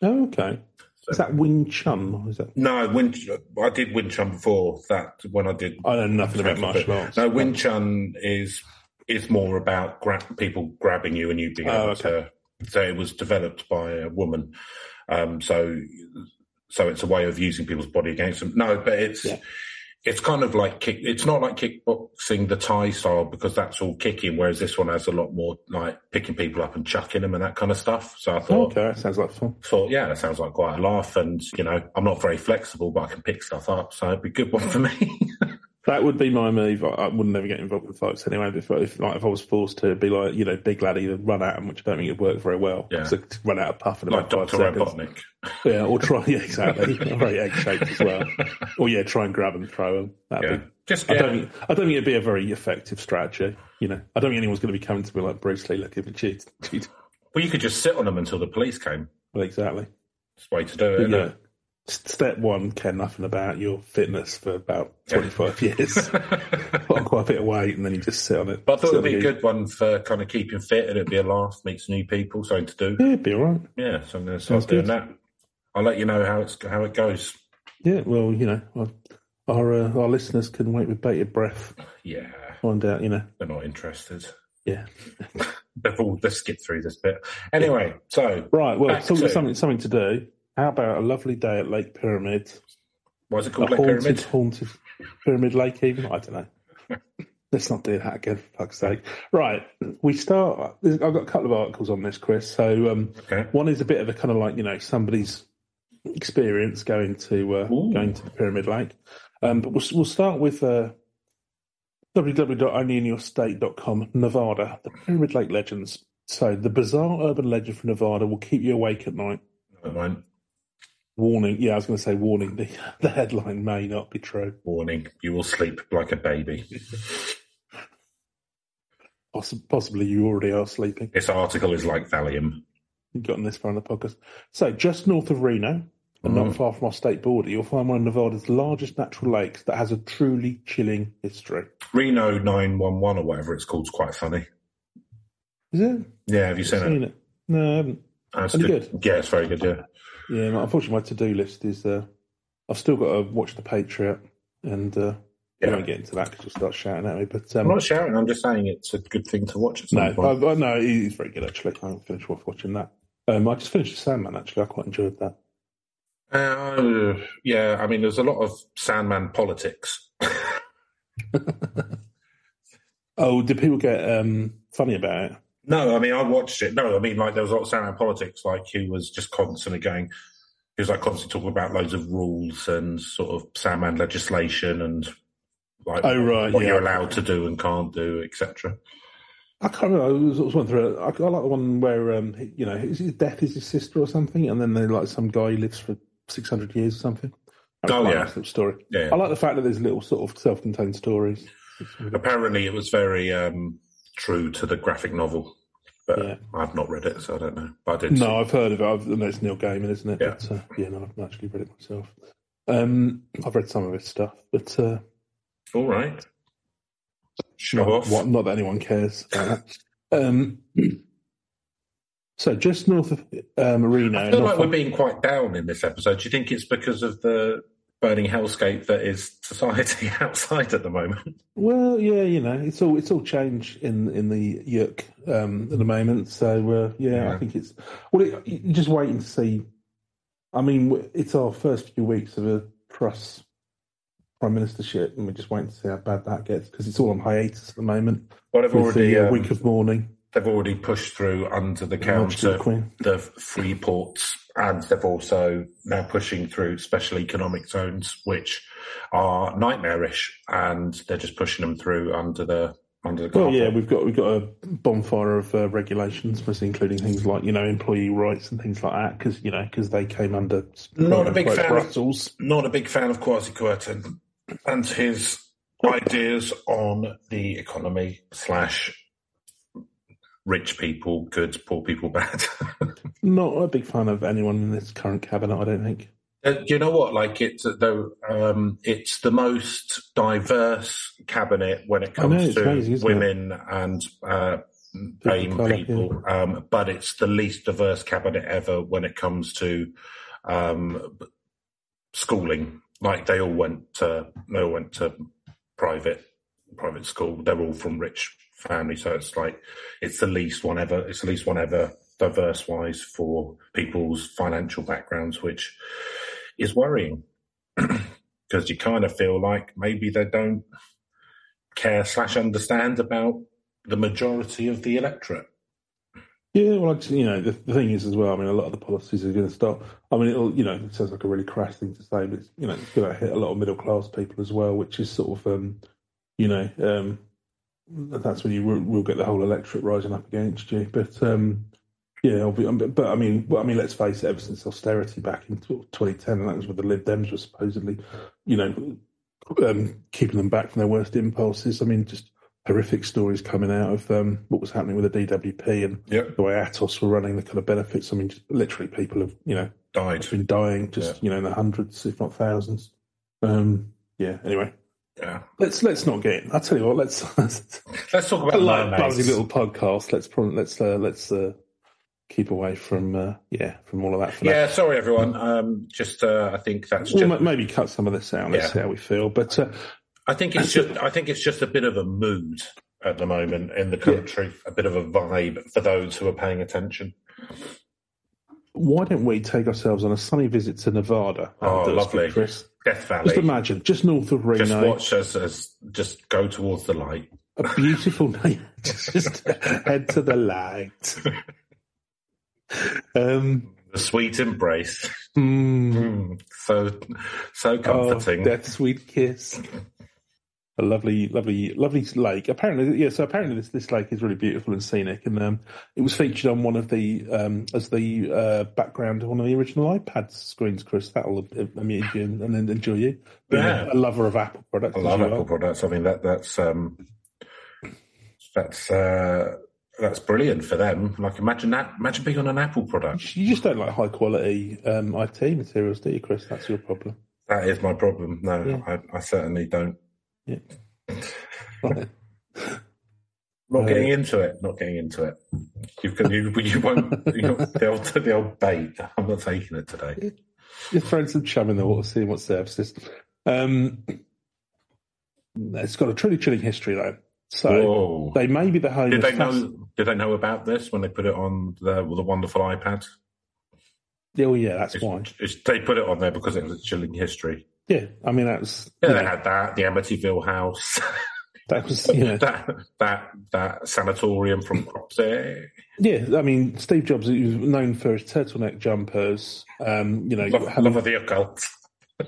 B: Oh, okay. Is that Wing Chun? Or is that?
A: No, Wing, I did Wing Chun before that when I did.
B: I know nothing about martial arts.
A: No, Wing Chun is is more about gra- people grabbing you and you being
B: Oh,
A: able to. So it was developed by a woman. Um, so so it's a way of using people's body against them. No, but it's
B: Yeah.
A: it's kind of like kick. It's not like kickboxing the Thai style because that's all kicking, whereas this one has a lot more like picking people up and chucking them and that kind of stuff. So I thought.
B: Okay, that sounds like fun.
A: Thought, yeah, that sounds like quite a laugh, and you know, I'm not very flexible, but I can pick stuff up, so it'd be a good one for me.
B: That would be my move. I, I wouldn't ever get involved in fights anyway. But if, if, like, if I was forced to it'd be like, you know, big lad, either run at him, which I don't think it'd work very well.
A: Yeah.
B: So run out of puff in
A: like
B: about five
A: Doctor
B: seconds.
A: Robotnik.
B: Yeah, or try, yeah, exactly. very egg shaped as well. Or yeah, try and grab and throw him. That'd
A: Yeah.
B: be.
A: Just
B: I
A: yeah,
B: don't, think, I don't think it'd be a very effective strategy. You know, I don't think anyone's going to be coming to me like Bruce Lee looking for cheat. cheat.
A: well, you could just sit on them until the police came.
B: Well, exactly.
A: It's the way to do it.
B: But,
A: isn't
B: yeah. s- Step one, care nothing about your fitness for about 25 years.
A: it?
B: Put on quite a bit of weight and then you just sit on it.
A: but I thought
B: Sit
A: it'd
B: on
A: be a
B: it.
A: good one for kind of keeping fit, and it'd be a laugh, meets new people, something to do.
B: Yeah, it'd be all right.
A: Yeah, so I'm going to start
B: Sounds
A: doing
B: good.
A: that. I'll let you know how it's how it goes.
B: Yeah, well, you know, our- our uh, our listeners can wait with bated breath.
A: Yeah,
B: Find out, you know.
A: they're not interested.
B: Yeah.
A: They've all just skipped through this bit. Anyway, so
B: Right. Well,
A: Back
B: talking
A: to-
B: something something to do. How about a lovely day at Lake Pyramid?
A: why is it
B: A
A: called Lake
B: haunted,
A: Pyramid?
B: haunted Pyramid Lake. Even I don't know. Let's not do that again, for fuck's sake. Right. We start. I've got a couple of articles on this, Chris. So um,
A: Okay.
B: one is a bit of a kind of like you know somebody's experience going to uh,
A: Ooh.
B: going to the Pyramid Lake. Um, but we'll we'll start with uh, www.onlyinyourstate.com, Nevada, the Pyramid Lake legends. So the bizarre urban legend from Nevada will keep you awake at night.
A: Never mind.
B: Warning. Yeah, I was going to say warning. The, the headline may not be true.
A: Warning: You will sleep like a baby.
B: Poss- possibly you already are sleeping.
A: This article is like Valium.
B: You've gotten this far in the podcast. So, just north of Reno,
A: Mhm.
B: and not far from our state border, you'll find one of Nevada's largest natural lakes that has a truly chilling history.
A: Reno nine one one or whatever it's called is quite funny.
B: Is it?
A: Yeah, have you seen it?
B: Seen it? No, I haven't.
A: That's
B: Is it
A: Yeah, it's very good. Yeah.
B: Yeah, no, unfortunately, my to do list is uh, I've still got to watch The Patriot, and uh,
A: Yeah.
B: we won't get into that because you'll start shouting at me. But
A: I'm
B: um,
A: not shouting. I'm just saying it's a good thing to watch at some
B: no,
A: point.
B: I, I, no, it is very good actually. I haven't finished off watching that. Um, I just finished Sandman actually. I quite enjoyed that.
A: Uh, yeah, I mean, there's a lot of Sandman politics.
B: Oh, did people get um, funny about it?
A: no, I mean, I watched it. No, I mean, like there was a lot of Sandman politics. Like he was just constantly going. He was like constantly talking about loads of rules and sort of Sandman legislation and like
B: Oh, right,
A: what
B: yeah.
A: you're allowed to do and can't do, etc.
B: I can't remember. It was, it was one through. I, I like the one where um, he- you know, his, his death is his sister or something, and then they like some guy who lives for six hundred years or something. That was
A: Oh,
B: quite a
A: yeah.
B: nice little story.
A: Yeah.
B: I like the fact that there's little sort of self-contained stories.
A: Apparently, it was very um, true to the graphic novel, but
B: Yeah.
A: I've not read it, so I don't know. But I did.
B: No, I've heard of it. I've, no, it's Neil Gaiman, isn't it?
A: Yeah.
B: But, uh, yeah, no, I've not actually read it myself. Um, I've read some of his stuff, but uh,
A: All right. Show
B: Not-
A: off.
B: What, not that anyone cares. about that. um, so just north of um, Reno,
A: I feel
B: north
A: like we're
B: of-
A: being quite down in this episode. Do you think it's because of the burning hellscape that is society outside at the moment?
B: well, yeah, you know, it's all it's all change in in the yuck um, at the moment. So uh, yeah,
A: Yeah.
B: I think it's well, it, you just wait and see. I mean, w- it's our first few weeks of a Truss prime ministership, and we're just waiting to see how bad that gets because it's all on hiatus at the moment.
A: Well, they've
B: With the
A: already
B: uh,
A: um,
B: week of mourning,
A: they've already pushed through under the
B: March to the
A: counter
B: Queen.
A: the free ports, and they've also now pushing through special economic zones, which are nightmarish, and they're just pushing them through under the under the
B: Well,
A: carpet.
B: yeah, we've got we've got a bonfire of uh, regulations, mostly including things like you know employee rights and things like that, because you know because they came under
A: Not a big
B: quote,
A: fan of-
B: Brussels.
A: Not a big fan of Kwasi Kwarteng and his ideas on the economy slash rich people good, poor people bad.
B: Not a big fan of anyone in this current cabinet. I don't think.
A: Uh, Do you know what? Like it's uh, though um, it's the most diverse cabinet when it
B: I know,
A: comes
B: it's
A: to
B: amazing, isn't it?
A: women and uh, BAME
B: colour,
A: people, um, but it's the least diverse cabinet ever when it comes to um, b- schooling. Like they all went to they all went to private private school. They're all from rich families, so it's like it's the least one ever. It's the least one ever diverse wise for people's financial backgrounds, which is worrying because you kind of feel like maybe they don't care slash understand about the majority of the electorate.
B: Yeah, well, like, you know, the, the thing is as well. I mean, a lot of the policies are going to stop. I mean, it'll, you know, it sounds like a really crass thing to say, but it's, you know, it's going to hit a lot of middle class people as well, which is sort of, um, you know, um, that's when you will, will get the whole electorate rising up against you. But um, yeah, I'll be, um, but, but I mean, well, I mean, let's face it. Ever since austerity back in sort of 2010, and that was where the Lib Dems were supposedly, you know, um, keeping them back from their worst impulses. I mean, just horrific stories coming out of um, what was happening with the DWP and
A: Yep.
B: the way Atos were running the kind of benefits. I mean, just literally people have, you know,
A: Died.
B: been dying just, you know, in the hundreds, if not thousands. Um, yeah, anyway.
A: Yeah.
B: Let's let's not get in. I'll tell you what, let's I
A: Let's talk about
B: like
A: mermaids.
B: buzzy little podcast. Let's probably let's uh, let's uh, keep away from uh, yeah, from all of that for now.
A: Yeah, sorry everyone. Um, just uh, I think that's
B: Well,
A: just
B: ma- maybe cut some of this out. Let's
A: Yeah.
B: see how we feel. But uh,
A: I think it's just I think it's just a bit of a mood at the moment in the country, a bit of a vibe for those who are paying attention.
B: why don't we take ourselves on a sunny visit to Nevada?
A: Oh,
B: That's good,
A: lovely.
B: Chris.
A: Death Valley.
B: Just imagine, just north of Reno.
A: Just watch us as just go towards the light.
B: a beautiful night. Just head to the light. Um,
A: The sweet embrace.
B: mm,
A: Mm, so so
B: oh,
A: comforting.
B: that sweet kiss. A lovely, lovely, lovely lake. Apparently, yeah. So apparently, this this lake is really beautiful and scenic, and um, it was featured on one of the um as the uh background on one of the original iPad screens. Chris, that'll uh, amuse you and, and enjoy you. Being
A: Yeah.
B: a lover of Apple products.
A: I
B: as
A: love
B: you
A: Apple
B: are.
A: products. I mean that that's um, that's uh, that's brilliant for them. Like imagine that. Imagine being on an Apple product.
B: You just don't like high quality um IT materials, do you, Chris? That's your problem.
A: That is my problem. No,
B: Yeah.
A: I, I certainly don't.
B: Right.
A: Not
B: Uh,
A: getting into it. Not getting into it. You've got, you you won't. You know, the old the old bait. I'm not taking it today.
B: Just throwing some chum in the water, seeing what surfaces. Um, it's got a truly chilling history, though. So
A: Whoa.
B: they may be the home.
A: Did
B: of
A: they
B: fast-
A: know? Did they know about this when they put it on the the wonderful iPad?
B: Oh yeah, that's
A: It's,
B: why.
A: it's- they put it on there because it was chilling history.
B: Yeah, I mean that's
A: Yeah,
B: you
A: they
B: know,
A: had that. The Amityville house.
B: that was you know
A: that that that sanatorium from Cropsey.
B: yeah. I mean Steve Jobs he was known for his turtleneck jumpers. Um, you know,
A: Love,
B: had-
A: love of the occult.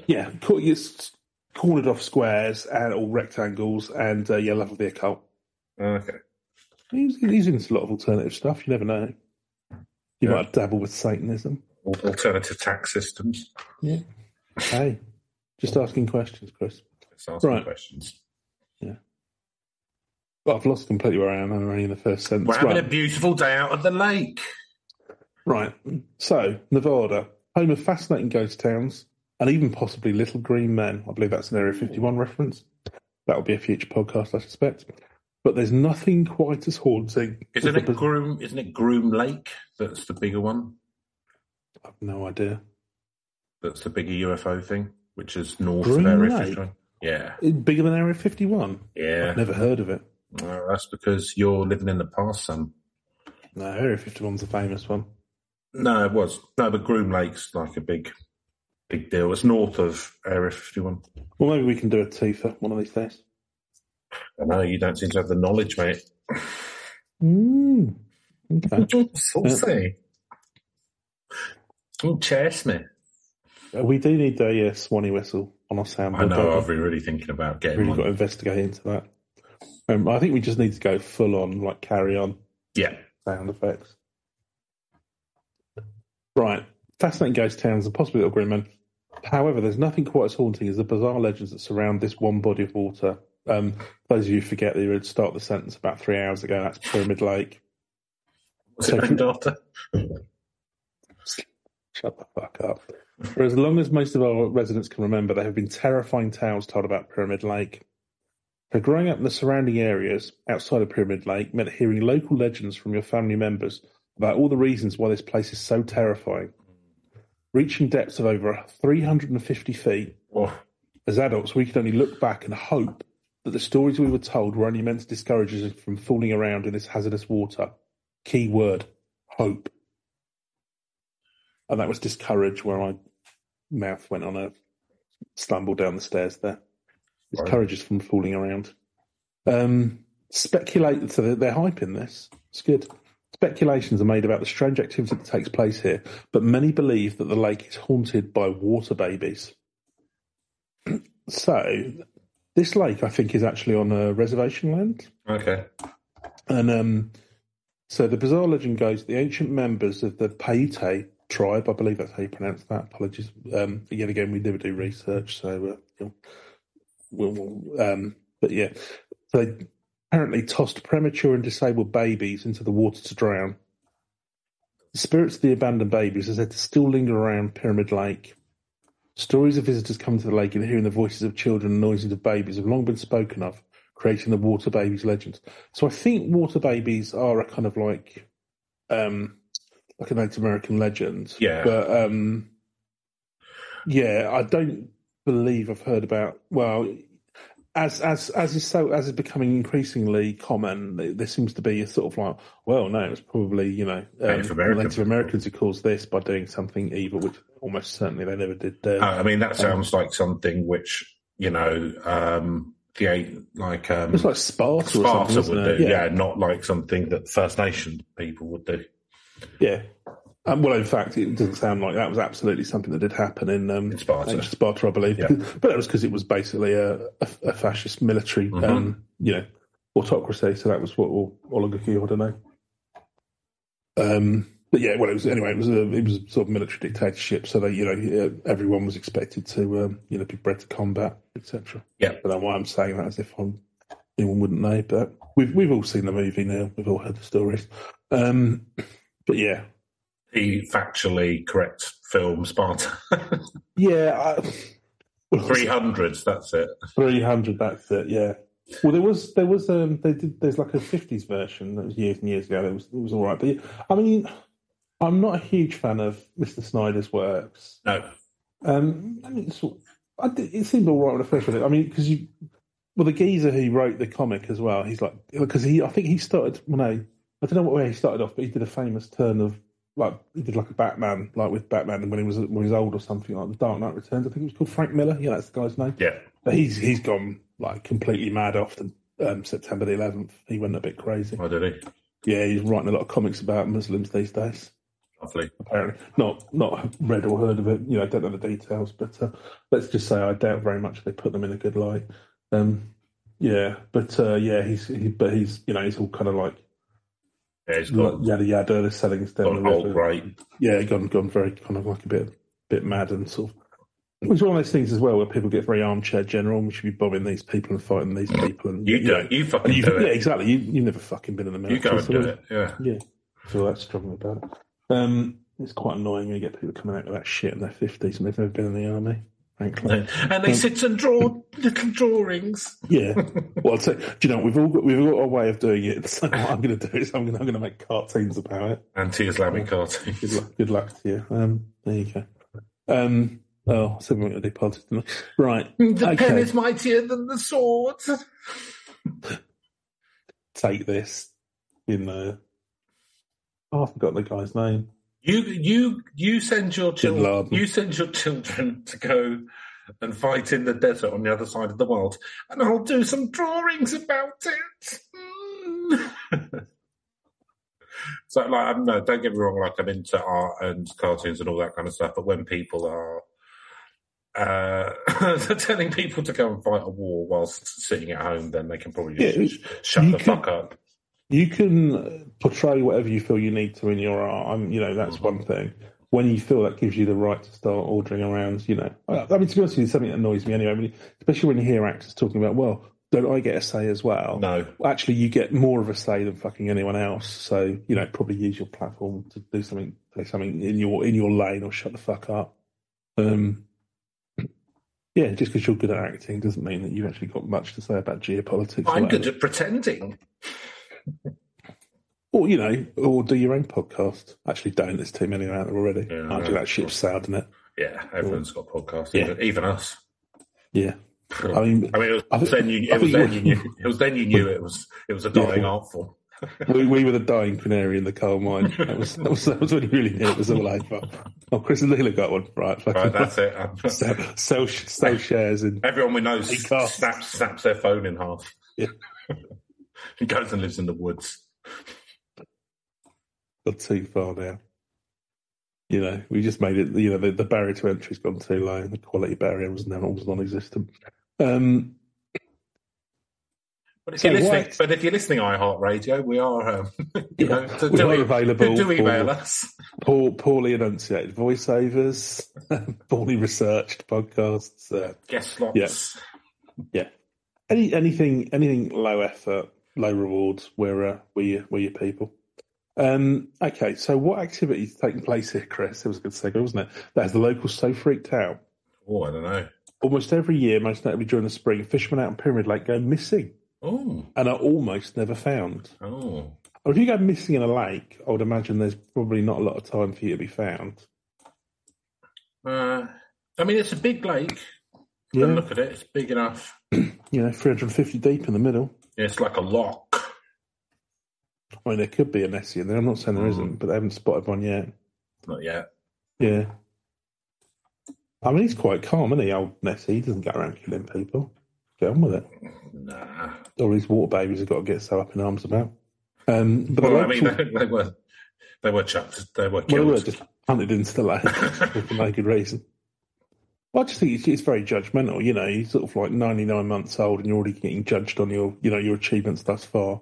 B: yeah, cor- you s- cornered off squares and all rectangles, and uh, yeah, love of the occult.
A: Okay.
B: He's, he's into a lot of alternative stuff. You never know. You
A: Yeah.
B: might have dabbled with Satanism.
A: Alternative tax systems.
B: Yeah. Hey, just asking questions, Chris.
A: Let's ask some
B: Right.
A: questions.
B: Well, I've lost completely where I am. I'm only in the first sentence.
A: We're having
B: right.
A: a beautiful day out at the lake.
B: right. So, Nevada, home of fascinating ghost towns and even possibly little green men. I believe that's an Area 51 reference. That'll be a future podcast, I suspect. But there's nothing quite as haunting. as
A: Isn't
B: the
A: it
B: biz-
A: Groom? Isn't it Groom Lake? That's the bigger one.
B: I've no idea.
A: That's the bigger UFO thing, which is north
B: Groom
A: of Area
B: Lake?
A: 51. Yeah,
B: It's bigger than Area 51.
A: yeah.
B: I've never heard of it.
A: Well, that's because you're living in the past, son.
B: No, Area 51's a famous one.
A: No, it was no, but Groom Lake's like a big, big deal. It's north of Area 51.
B: Well, maybe we can do a twofer one of these days.
A: I know you don't seem to have the knowledge, mate.
B: Mm. Okay.
A: Saucy. Oh, chestnut.
B: Uh, We do need a uh, Swanee whistle on our soundboard.
A: I know.
B: don't we?
A: I've been really thinking about getting
B: Really
A: one.
B: got to investigate into that. Um, I think we just need to go full on, like carry on
A: Yeah.
B: sound effects. Right. Fascinating ghost towns and possibly little green men. However, there's nothing quite as haunting as the bizarre legends that surround this one body of water. Um, for those of you who forget that you would start the sentence about three hours ago, that's Pyramid Lake.
A: Was it
B: So-
A: named after?
B: Shut the fuck up. For as long as most of our residents can remember, there have been terrifying tales told about Pyramid Lake. So growing up in the surrounding areas outside of Pyramid Lake meant hearing local legends from your family members about all the reasons why this place is so terrifying. Reaching depths of over 350 feet,
A: Well,
B: as adults, we could only look back and hope that the stories we were told were only meant to discourage us from fooling around in this hazardous water. Key word, hope. And that was discourage where my mouth went on a stumble down the stairs there. Discourage us from fooling around. Um, speculate, so they're- they're hyping this. It's good. Speculations are made about the strange activity that takes place here, but many believe that the lake is haunted by water babies. So, this lake, I think, is actually on a reservation land.
A: okay.
B: And um, so the bizarre legend goes the ancient members of the Paite tribe, I believe that's how you pronounce that. Apologies. Um, yet again, we never do research, so uh, you we'll, we'll um, but yeah, they apparently tossed premature and disabled babies into the water to drown. The spirits of the abandoned babies are said to still linger around Pyramid Lake. Stories of visitors coming to the lake and hearing the voices of children and noises of babies have long been spoken of, creating the water babies legend. So I think water babies are a kind of like, um, like a Native American legend.
A: Yeah.
B: But um, yeah, I don't believe I've heard about. Well, as as as is so as is becoming increasingly common, th- there seems to be a sort of like, well, no, it's probably you know um,
A: Native Americans.
B: Native Americans who caused this by doing something evil, which almost certainly they never did.
A: Uh,
B: Uh,
A: I mean, that sounds like something which, you know, um, the eight, like, um,
B: it's like Sparta, or something,
A: Sparta
B: wasn't
A: would
B: it?
A: do. Yeah. not like something that First Nation people would do.
B: Yeah. Um, well, in fact, it doesn't sound like that was absolutely something that did happen in, um,
A: In Sparta.
B: ancient Sparta, I believe.
A: Yeah.
B: But that was because it was basically a, a, a fascist military,
A: Mhm.
B: um, you know, autocracy. So that was what or oligarchy, I don't know. Um, but yeah, well, it was anyway. It was a it was a sort of military dictatorship, so they, you know, uh, everyone was expected to, um, you know, be bred to combat, etc.
A: Yeah.
B: I don't know why I'm saying that as if I'm, anyone wouldn't know, but we've we've all seen the movie now. We've all heard the stories. Um, but yeah,
A: The factually correct film, Sparta.
B: Yeah, I,
A: 300, that's it.
B: three hundred. That's it. Yeah. Well, there was there was um they did there's like a fifties version that was years and years ago. That was it was all right, but I mean, I'm not a huge fan of Mr. Snyder's works.
A: No.
B: Um, I mean, it's, I did- it seemed all right when I first read it. I mean, because you, well, the geezer who wrote the comic as well, he's like because he I think he started. Well, no, I don't know what way he started off, but he did a famous turn of. Like he did like a Batman, like with Batman when he was when he was old or something like the Dark Knight Returns. I think it was called Frank Miller. Yeah, that's the guy's name.
A: Yeah.
B: But he's he's gone like completely mad after um, September the 11th. He went a bit crazy.
A: I do. it.
B: Yeah, he's writing a lot of comics about Muslims these days.
A: Lovely.
B: Apparently, not not read or heard of it. You know, don't know the details, but uh, let's just say I doubt very much they put them in a good light. Um, yeah, but uh, yeah, he's he, but he's you know he's all kind of like
A: Yeah, it's got,
B: like yada yada. They're selling us
A: got
B: down the
A: old,
B: river
A: right?
B: yeah, gone gone very kind of like a bit bit mad and sort of. It's one of those things as well where people get very armchair general. and We should be bombing these people and fighting these people, and
A: You do
B: know,
A: it. You
B: and
A: fucking
B: you-
A: do
B: yeah,
A: it.
B: exactly. You you've never fucking been in the
A: You
B: military.
A: go and
B: so
A: do
B: we-
A: it. Yeah.
B: Yeah, I feel that strongly about it. Um, it's quite annoying when you get people coming out with that shit in their fifties and they've never been in the army. Frankly,
A: And they sit and draw little drawings.
B: yeah. Well, I'll tell do you know we've all got we've all got a way of doing it. So what I'm going to do is I'm going I'm going to make cartoons about it.
A: Anti-Islamic
B: Good
A: cartoons.
B: luck, good luck to you. Um, there you go. Um, oh, I said we were going to do politics. didn't we? Right,
A: The
B: pen is
A: mightier than the sword.
B: take this in the. Oh, I forgot the guy's name.
A: You you you send your
B: Bin
A: children
B: Laden.
A: you send your children to go and fight in the desert on the other side of the world, and I'll do some drawings about it. Mm. so like I'm, no, don't get me wrong, like I'm into art and cartoons and all that kind of stuff, but when people are uh, telling people to go and fight a war whilst sitting at home, then they can probably
B: Yeah,
A: just
B: it was-
A: sh- shut
B: you
A: the
B: could-
A: fuck up.
B: you can uh, portray whatever you feel you need to in your art. Um, you know, that's one thing. When you feel that gives you the right to start ordering around, you know, I, I mean, to be honest with you, it's something that annoys me anyway. I mean, especially when you hear actors talking about, well, don't I get a say as well?
A: No.
B: Well, Actually, you get more of a say than fucking anyone else. So, you know, probably use your platform to do something, say something in your in your lane, or shut the fuck up. Um, yeah, just because you're good at acting doesn't mean that you've actually got much to say about geopolitics. or
A: I'm
B: whatever.
A: good at pretending.
B: Or you know, or do your own podcast. Actually, don't. There's too many out there already.
A: Yeah,
B: Can't do
A: no.
B: that shit's sad, isn't it?
A: Yeah, everyone's got podcasts,
B: Yeah.
A: even, even us.
B: Yeah. I mean,
A: I mean, it
B: I
A: was
B: think-
A: then you.
B: I
A: It was
B: think
A: then you
B: you-
A: knew. It was then you knew it was. It was a dying
B: Yeah.
A: art form.
B: we, we were the dying canary in the coal mine. That was that was, that was when you really knew it was all over. Oh, Chris and Leela got one right. fucking
A: Right, that's it. Um,
B: Sell, sell, sell shares and
A: Everyone we know s-
B: Because-
A: snaps snaps their phone in half.
B: Yeah.
A: he goes and lives in the woods.
B: gone too far now. You know, we just made it. You know, the, the barrier to entry's gone too low. The quality barrier was now almost non-existent. Um,
A: But if
B: So
A: you're listening,
B: what-
A: but if you're listening, iHeartRadio, we are. Um, you know,
B: yeah,
A: do,
B: we
A: do,
B: are
A: e-
B: available.
A: do email
B: for-
A: us.
B: poor, poorly enunciated voiceovers, poorly researched podcasts, uh,
A: Guest slots.
B: any anything anything low effort, low rewards. We're uh, we're your, we're your people. Um, okay, so what activity is taking place here, Chris? It was a good segue, wasn't it? That's the locals so freaked out.
A: Oh, I don't know.
B: Almost every year, most notably during the spring, fishermen out on Pyramid Lake go missing
A: Oh,
B: and are almost never found.
A: oh,
B: Or if you go missing in a lake, I would imagine there's probably not a lot of time for you to be found.
A: uh, I mean, it's a big lake.
B: Yeah,
A: Look at it; it's big enough.
B: you know, 350 deep in the middle.
A: Yeah, it's like a lock.
B: I mean, there could be a Nessie in there. I'm not saying there
A: Mm.
B: not but they haven't spotted one yet.
A: Not yet.
B: Yeah. I mean, he's quite calm, isn't he, old Nessie? He doesn't go around killing people. Get on with it.
A: Nah.
B: Or his water babies have got to get so up in arms about. Um, but
A: Well,
B: the
A: I mean,
B: local-
A: they, they were they were chucked. They were
B: well,
A: killed.
B: they were just hunted into the lake for no good reason. Well, I just think it's, it's very judgmental. You know, you're sort of like 99 months old and you're already getting judged on your, you know, your achievements thus far.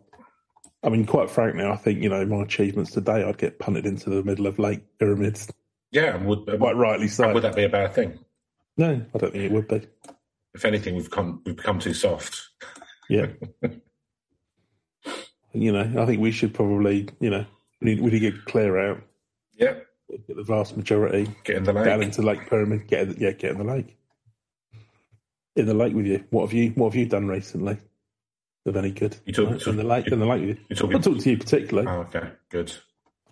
B: I mean, quite frankly, I think, you know, my achievements today, I'd get punted into the middle of lake pyramids.
A: yeah, and would
B: Quite rightly so.
A: would that be a bad thing?
B: No, I don't think it would be.
A: If anything, we've come we've become too soft.
B: Yeah. you know, I think we should probably, you know, we need, we need to get clear out,
A: Yep,
B: get the vast majority
A: get in the lake.
B: down into Lake Pyramid, get in- yeah, get in the lake. In the lake with you. What have you what have you done recently? Of any good?
A: You talking
B: in
A: to-
B: the lake in the lake with you.
A: You're
B: I'm
A: talking-
B: not talking to you particularly.
A: Oh, okay, good.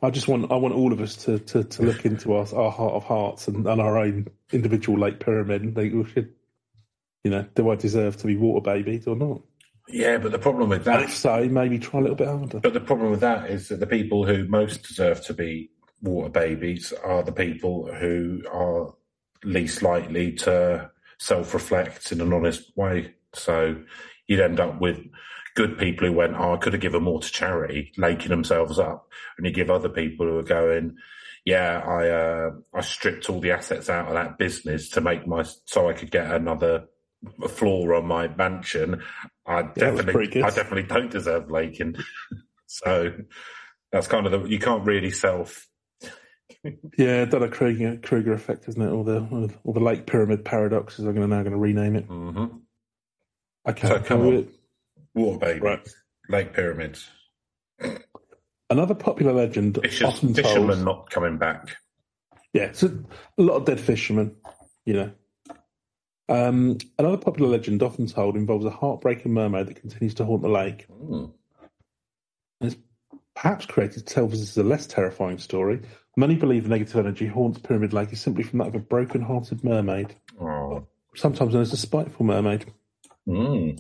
B: I just want I want all of us to, to, to look into our, our heart of hearts and, and our own individual lake pyramid and think, well, should you know, do I deserve to be water babied or not?
A: Yeah, but the problem with
B: And if
A: that,
B: so, maybe try a little bit harder.
A: but the problem with that is that the people who most deserve to be water babies are the people who are least likely to self-reflect in an honest way. So you'd end up with good people who went, "Oh, I could have given more to charity," laking themselves up, and you give other people who are going, "Yeah, I uh, I stripped all the assets out of that business to make my so I could get another." floor on my mansion i
B: pretty
A: definitely
B: good.
A: i definitely don't deserve laking so that's kind of the you can't really self
B: Yeah, Dunner Kruger, Kruger effect, isn't it? All the all the- all the Lake Pyramid paradoxes. I'm going to now going to rename it.
A: Mhm.
B: Okay,
A: So come
B: so we-
A: on. water baby
B: Right.
A: lake pyramids
B: Another popular legend,
A: Fisher's,
B: often
A: fishermen
B: told.
A: not coming back
B: Yeah, so a lot of dead fishermen. You know. Um, another popular legend, often told, involves a heartbreaking mermaid that continues to haunt the lake.
A: Mm.
B: Perhaps created to tell us as a less terrifying story. Many believe the negative energy haunts Pyramid Lake is simply from that of a broken-hearted mermaid,
A: Oh.
B: sometimes known as a spiteful mermaid.
A: Mm.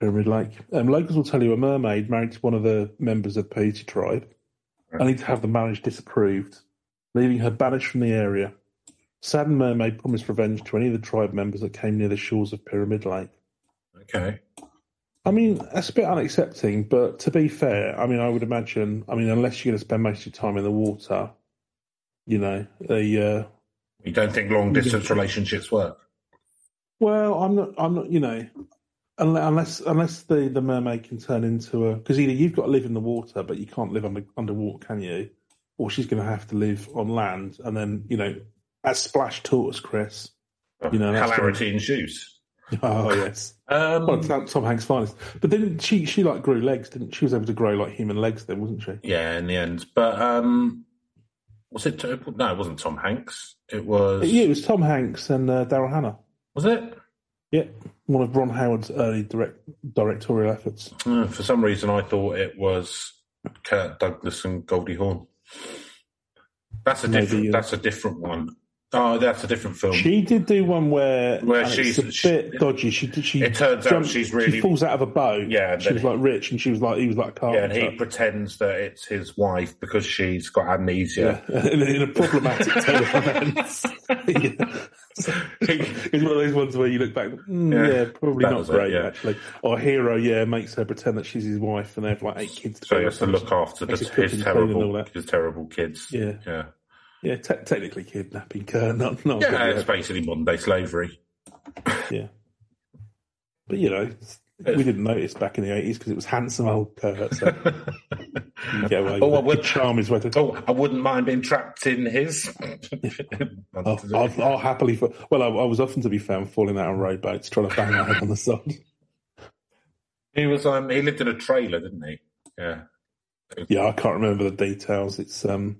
B: Pyramid Lake. Um, locals will tell you a mermaid married to one of the members of the Paiti tribe, only to have the marriage disapproved, leaving her banished from the area. Saddened mermaid promised revenge to any of the tribe members that came near the shores of Pyramid Lake.
A: Okay.
B: I mean, that's a bit unaccepting, but to be fair, I mean, I would imagine, I mean, unless you're going to spend most of your time in the water, you know, the uh,
A: You don't think long distance relationships work?
B: Well, I'm not. I'm not. You know, unle- unless unless the, the mermaid can turn into a because either you've got to live in the water, but you can't live under underwater, can you? Or she's going to have to live on land, and then you know, as Splash taught us, Chris. You know, that's
A: hilarity ensues.
B: Oh yes,
A: Um,
B: well, Tom, Tom Hanks' finest. But then she she like grew legs, didn't she? She was able to grow like human legs, then wasn't she?
A: yeah, in the end, but um, was it? No, it wasn't Tom Hanks. It was.
B: Yeah, it was Tom Hanks and uh, Daryl Hannah.
A: Was it?
B: Yeah, one of Ron Howard's early direct directorial efforts.
A: Uh, for some reason, I thought it was Kurt Douglas and Goldie Hawn. That's a
B: Maybe
A: different.
B: you-
A: That's a different one. Oh, that's a different film.
B: She did do one where,
A: Where
B: and
A: she's-
B: it's a
A: she-
B: bit dodgy. She did- she
A: It turns out she's really-
B: she falls out of a boat.
A: Yeah,
B: she
A: that-
B: was like rich, and she was like he was like a
A: yeah, and
B: carpenter.
A: he pretends that it's his wife because she's got amnesia.
B: Yeah, in, a- in a problematic turn of events. Yeah. So- it's one of those ones where you look back, mm,
A: Yeah.
B: yeah. probably
A: That
B: not
A: was it,
B: great
A: yeah.
B: actually. Or hero, yeah, makes her pretend that she's his wife, and they have like eight kids.
A: So he
B: together.
A: has to look after the,
B: Makes a cooking
A: his
B: food and all
A: terrible,
B: that.
A: his terrible kids.
B: Yeah,
A: yeah.
B: yeah. Te- technically kidnapping, uh, not not.
A: Yeah, it's basically modern day slavery.
B: Yeah. But you know, it's- we didn't notice back in the eighties because it was handsome old Kurt. So you get away.
A: Oh,
B: with
A: I
B: it.
A: would-
B: The charm is whether
A: Oh, I wouldn't mind being trapped in his.
B: I'll, I'll, I'll happily. fa- Well, I, I was often to be found falling out on roadboats trying to bang my head on the side.
A: he was. Um, he lived in a trailer, didn't he? Yeah.
B: Yeah, I can't remember the details. It's um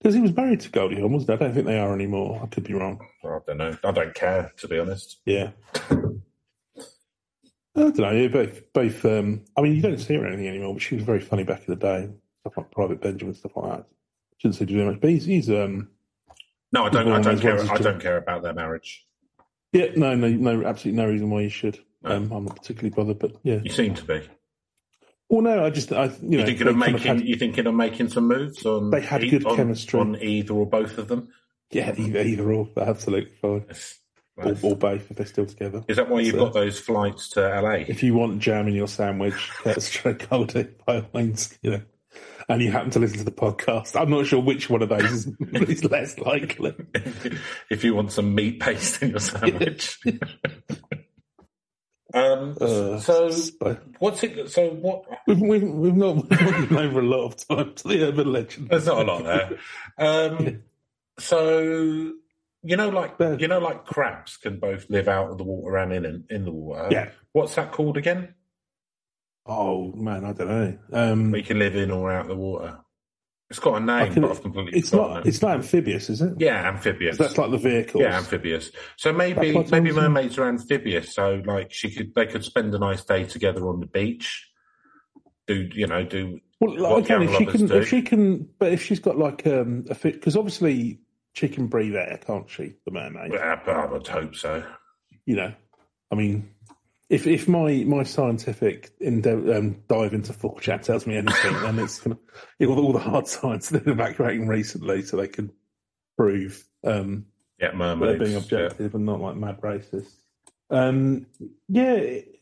B: because he was married to Goldie Hawn, wasn't he? I don't think they are anymore. I could be wrong.
A: I don't know. I don't care to be honest.
B: Yeah. I don't know. Yeah, both, both. Um, I mean, you don't see her in anything anymore, but she was very funny back in the day. Stuff like Private Benjamin, stuff like that. Shouldn't say too much, but he's, he's um,
A: No, I don't. I
B: Well,
A: don't
B: as
A: care.
B: well as
A: I
B: to-
A: don't care about their marriage.
B: yeah, no, no, no, absolutely no reason why you should.
A: No.
B: Um, I'm not particularly bothered, but yeah.
A: You seem to be.
B: Well, no, I just, I, you know,
A: You thinking
B: they
A: of
B: kind
A: making?
B: of had-
A: you thinking of making some moves on?
B: They had
A: e-
B: good
A: on-
B: chemistry.
A: on either or both of them.
B: yeah, either, either or, they're absolutely fine,
A: Yes.
B: or, or both if they're still together.
A: Is that why you've
B: So-
A: got those flights to LA?
B: If you want jam in your sandwich, that's try Goldie by all means, you know. And you happen to listen to the podcast. I'm not sure which one of those is, is less likely.
A: if you want some meat paste in your sandwich. um,
B: Uh,
A: so
B: so-
A: what's it? So what?
B: we've, we've, we've not we've not been over a lot of time to the urban legend.
A: There's not a lot there. Um, so you know, like
B: There.
A: you know, like crabs can both live out of the water and in in the water.
B: Yeah.
A: What's that called again?
B: Oh man, I don't know. Um,
A: We can live in or out of the water. It's got a
B: I
A: name,
B: can-
A: but I've completely
B: it's
A: forgotten
B: not
A: it.
B: it's not amphibious, is it?
A: yeah, amphibious.
B: That's like the vehicles.
A: Yeah, amphibious. So maybe
B: That's what
A: maybe
B: Tom's-
A: mermaids are amphibious. So like she could they could spend a nice day together on the beach. Do you know? Do
B: Well,
A: what
B: like, again,
A: young
B: if she
A: lovers
B: can,
A: do.
B: if she can, but if she's got like um, a fit, because obviously she can breathe air, can't she? The mermaid.
A: Well, I, I would hope so.
B: you know, I mean, if if my my scientific endeav- um, dive into four chat tells me anything, then it's gonna you know, all the hard science they've been evacuating recently, so they can prove um,
A: Yeah,
B: they're
A: mermaids.
B: being
A: yeah.
B: objective and not like mad racists. Um, yeah, it-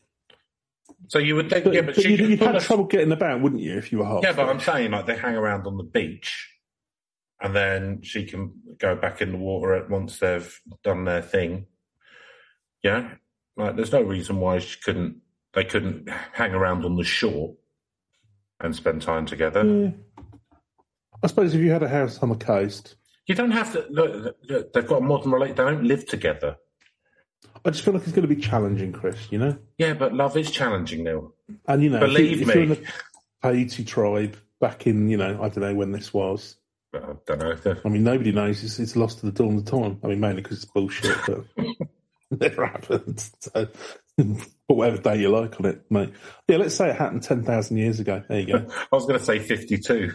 A: So you would think,
B: but,
A: yeah, but,
B: but
A: she
B: you'd,
A: could
B: you'd
A: put
B: have
A: us-
B: trouble getting about, wouldn't you, if you were half?
A: Yeah, but I'm saying like they hang around on the beach, and then she can go back in the water at once they've done their thing. Yeah, like there's no reason why she couldn't. They couldn't hang around on the shore and spend time together.
B: Yeah. I suppose if you had a house on the coast,
A: You don't have to look, look, look. They've got a modern relate. They don't live together.
B: I just feel like it's going to be challenging, Chris. You know.
A: Yeah, but love is challenging, Neil.
B: And you know,
A: Believe
B: if, you, if you're in
A: me.
B: the Haiti tribe back in, you know, I don't know when this was.
A: But I don't know. They're-
B: I mean, nobody knows. It's, it's lost to the dawn of time. I mean, mainly because it's bullshit, but it never happened. So, put whatever day you like on it, mate. Yeah, let's say it happened ten thousand years ago. There you go.
A: I was going to say 52.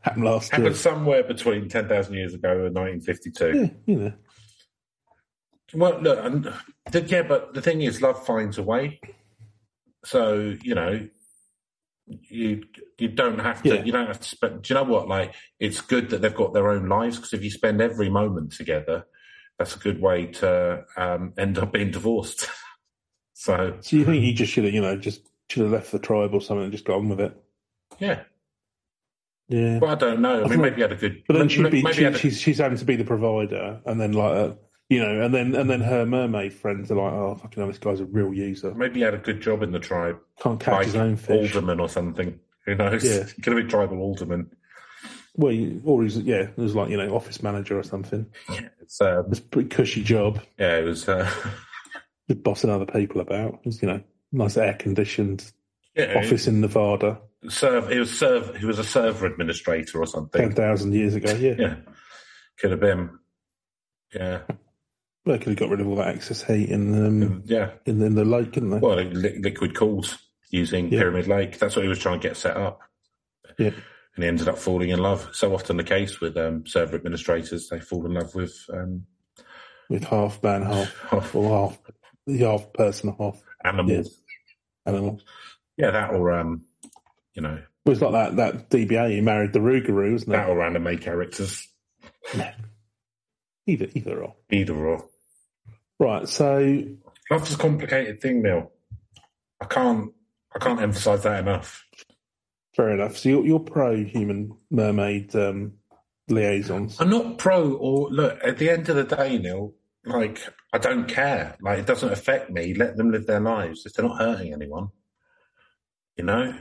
B: happened last
A: Happened
B: year.
A: somewhere between 10,000 years ago and 1952.
B: Yeah, you know.
A: Well, look, and the, yeah, but the thing is, love finds a way. So you know, you you don't have to.
B: Yeah.
A: You don't have to spend. Do you know what? Like, it's good that they've got their own lives because if you spend every moment together, that's a good way to um, end up being divorced. so
B: So you think he just should have, you know, just should have left the tribe or something and just got on with it?
A: yeah,
B: Yeah.
A: well, I don't know. I mean, maybe you had a good.
B: But then
A: maybe,
B: she'd be
A: maybe you
B: she,
A: had a-
B: she's she's having to be the provider, and then like uh, You know, and then and then her mermaid friends are like, oh fucking hell, this guy's a real user.
A: Maybe he had a good job in the tribe,
B: Can't catch
A: like
B: his own fish.
A: alderman or something. Who knows?
B: Yeah.
A: He could have been tribal alderman.
B: Well, you- or he's yeah, it was like you know office manager or something.
A: It's, um,
B: It's a pretty cushy job,
A: yeah, it was. Uh,
B: just bossing other people about. It's, you know, nice air conditioned
A: yeah,
B: office in Nevada,
A: Serve. He was serve. He was a server administrator or something.
B: ten thousand years ago. Yeah,
A: Yeah, could have been. Yeah,
B: well, they could have got rid of all that excess heat in um,
A: yeah.
B: in, in the lake, couldn't they?
A: Well, li- liquid cooled using
B: Yeah.
A: Pyramid Lake. That's what he was trying to get set up.
B: Yeah.
A: And he ended up falling in love. So often the case with um, server administrators, they fall in love with um,
B: With half man, half or half the half person, half
A: animals.
B: animal.
A: Yeah, that or um, you know,
B: It was like that that DBA who married the Rougarou, wasn't
A: that
B: it?
A: or anime characters.
B: Either either or.
A: Either or.
B: Right, so
A: Love's a complicated thing, Neil. I can't. I can't emphasise that enough.
B: fair enough. So you're, you're pro human mermaid um, liaisons.
A: I'm not pro or look. At the end of the day, Neil, like I don't care. Like it doesn't affect me. Let them live their lives if they're not hurting anyone. You know,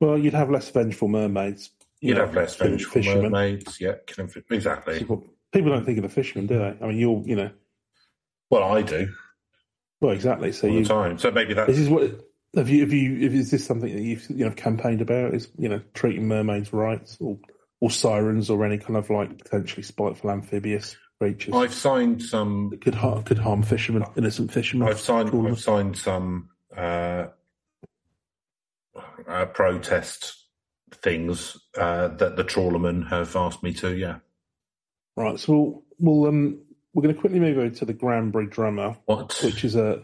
B: Well, you'd have less vengeful mermaids. you
A: you'd
B: know,
A: have less
B: than
A: vengeful mermaids. Yeah, killing fi- exactly.
B: People, people don't think of the fishermen, do they? I mean, you're, you know,
A: Well, I do
B: well, exactly. So
A: all
B: you,
A: the time. So maybe
B: this
A: that's
B: is what have you, have you, if is this something that you've, you know, campaigned about? Is you know, treating mermaids rights or or sirens or any kind of like potentially spiteful amphibious creatures
A: I've signed some
B: that could harm, could harm fishermen, innocent fishermen.
A: I've signed.
B: Cool.
A: I've signed some uh, uh, protest things uh, that the trawlermen have asked me to. Yeah.
B: Right, so we'll, we'll um, we're going to quickly move over to the Granbury Drummer,
A: What?
B: which is a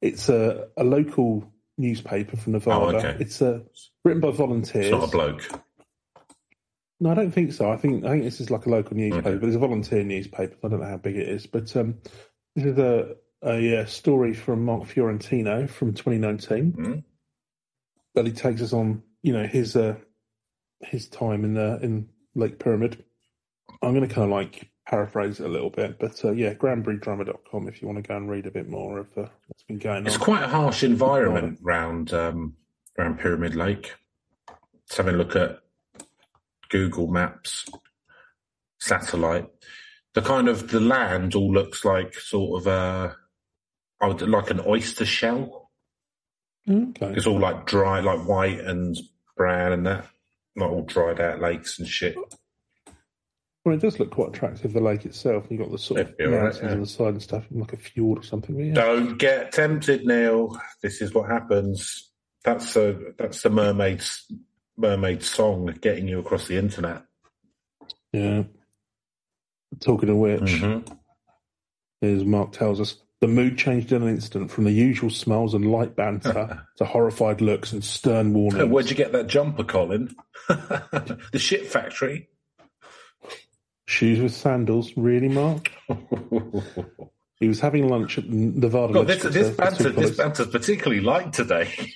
B: it's a, a local newspaper from Nevada.
A: Oh, okay.
B: It's uh, written by
A: It's
B: volunteers.
A: not a bloke.
B: No, I don't think so. I think I think this is like a local newspaper,
A: Okay.
B: but it's a volunteer newspaper. so I don't know how big it is, but um, this is a, a, uh story from Mark Fiorentino from 2019
A: Mhm.
B: that he takes us on, you know, his uh, his time in the in Lake Pyramid. I'm going to kind of like paraphrase it a little bit, but uh, yeah, granburydrama.com if you want to go and read a bit more of uh, what's been going
A: It's
B: on.
A: quite a harsh environment round um, round Pyramid Lake. Let's have a look at Google Maps satellite. The kind of the land all looks like sort of a, I would like an oyster shell.
B: okay.
A: It's all like dry, like white and brown and that. Not all dried out lakes and shit.
B: Well, it does look quite attractive, the lake itself. You've got the sort of
A: It'd be all right,
B: mountains
A: yeah.
B: on the side and stuff, like a fjord or something. but yeah.
A: Don't get tempted, Neil. This is what happens. That's a that's the mermaid's mermaid song getting you across the internet.
B: Yeah. Talking of which,
A: Mm-hmm.
B: as Mark tells us, the mood changed in an instant from the usual smells and light banter to horrified looks and stern
A: Hey,
B: warnings.
A: Where'd you get that jumper, Colin? the shit factory.
B: Shoes with sandals, really, Mark?
A: God,
B: He was having lunch at Nevada.
A: this
B: Legislature
A: this
B: with two
A: banter this
B: colleagues.
A: banter's particularly light today.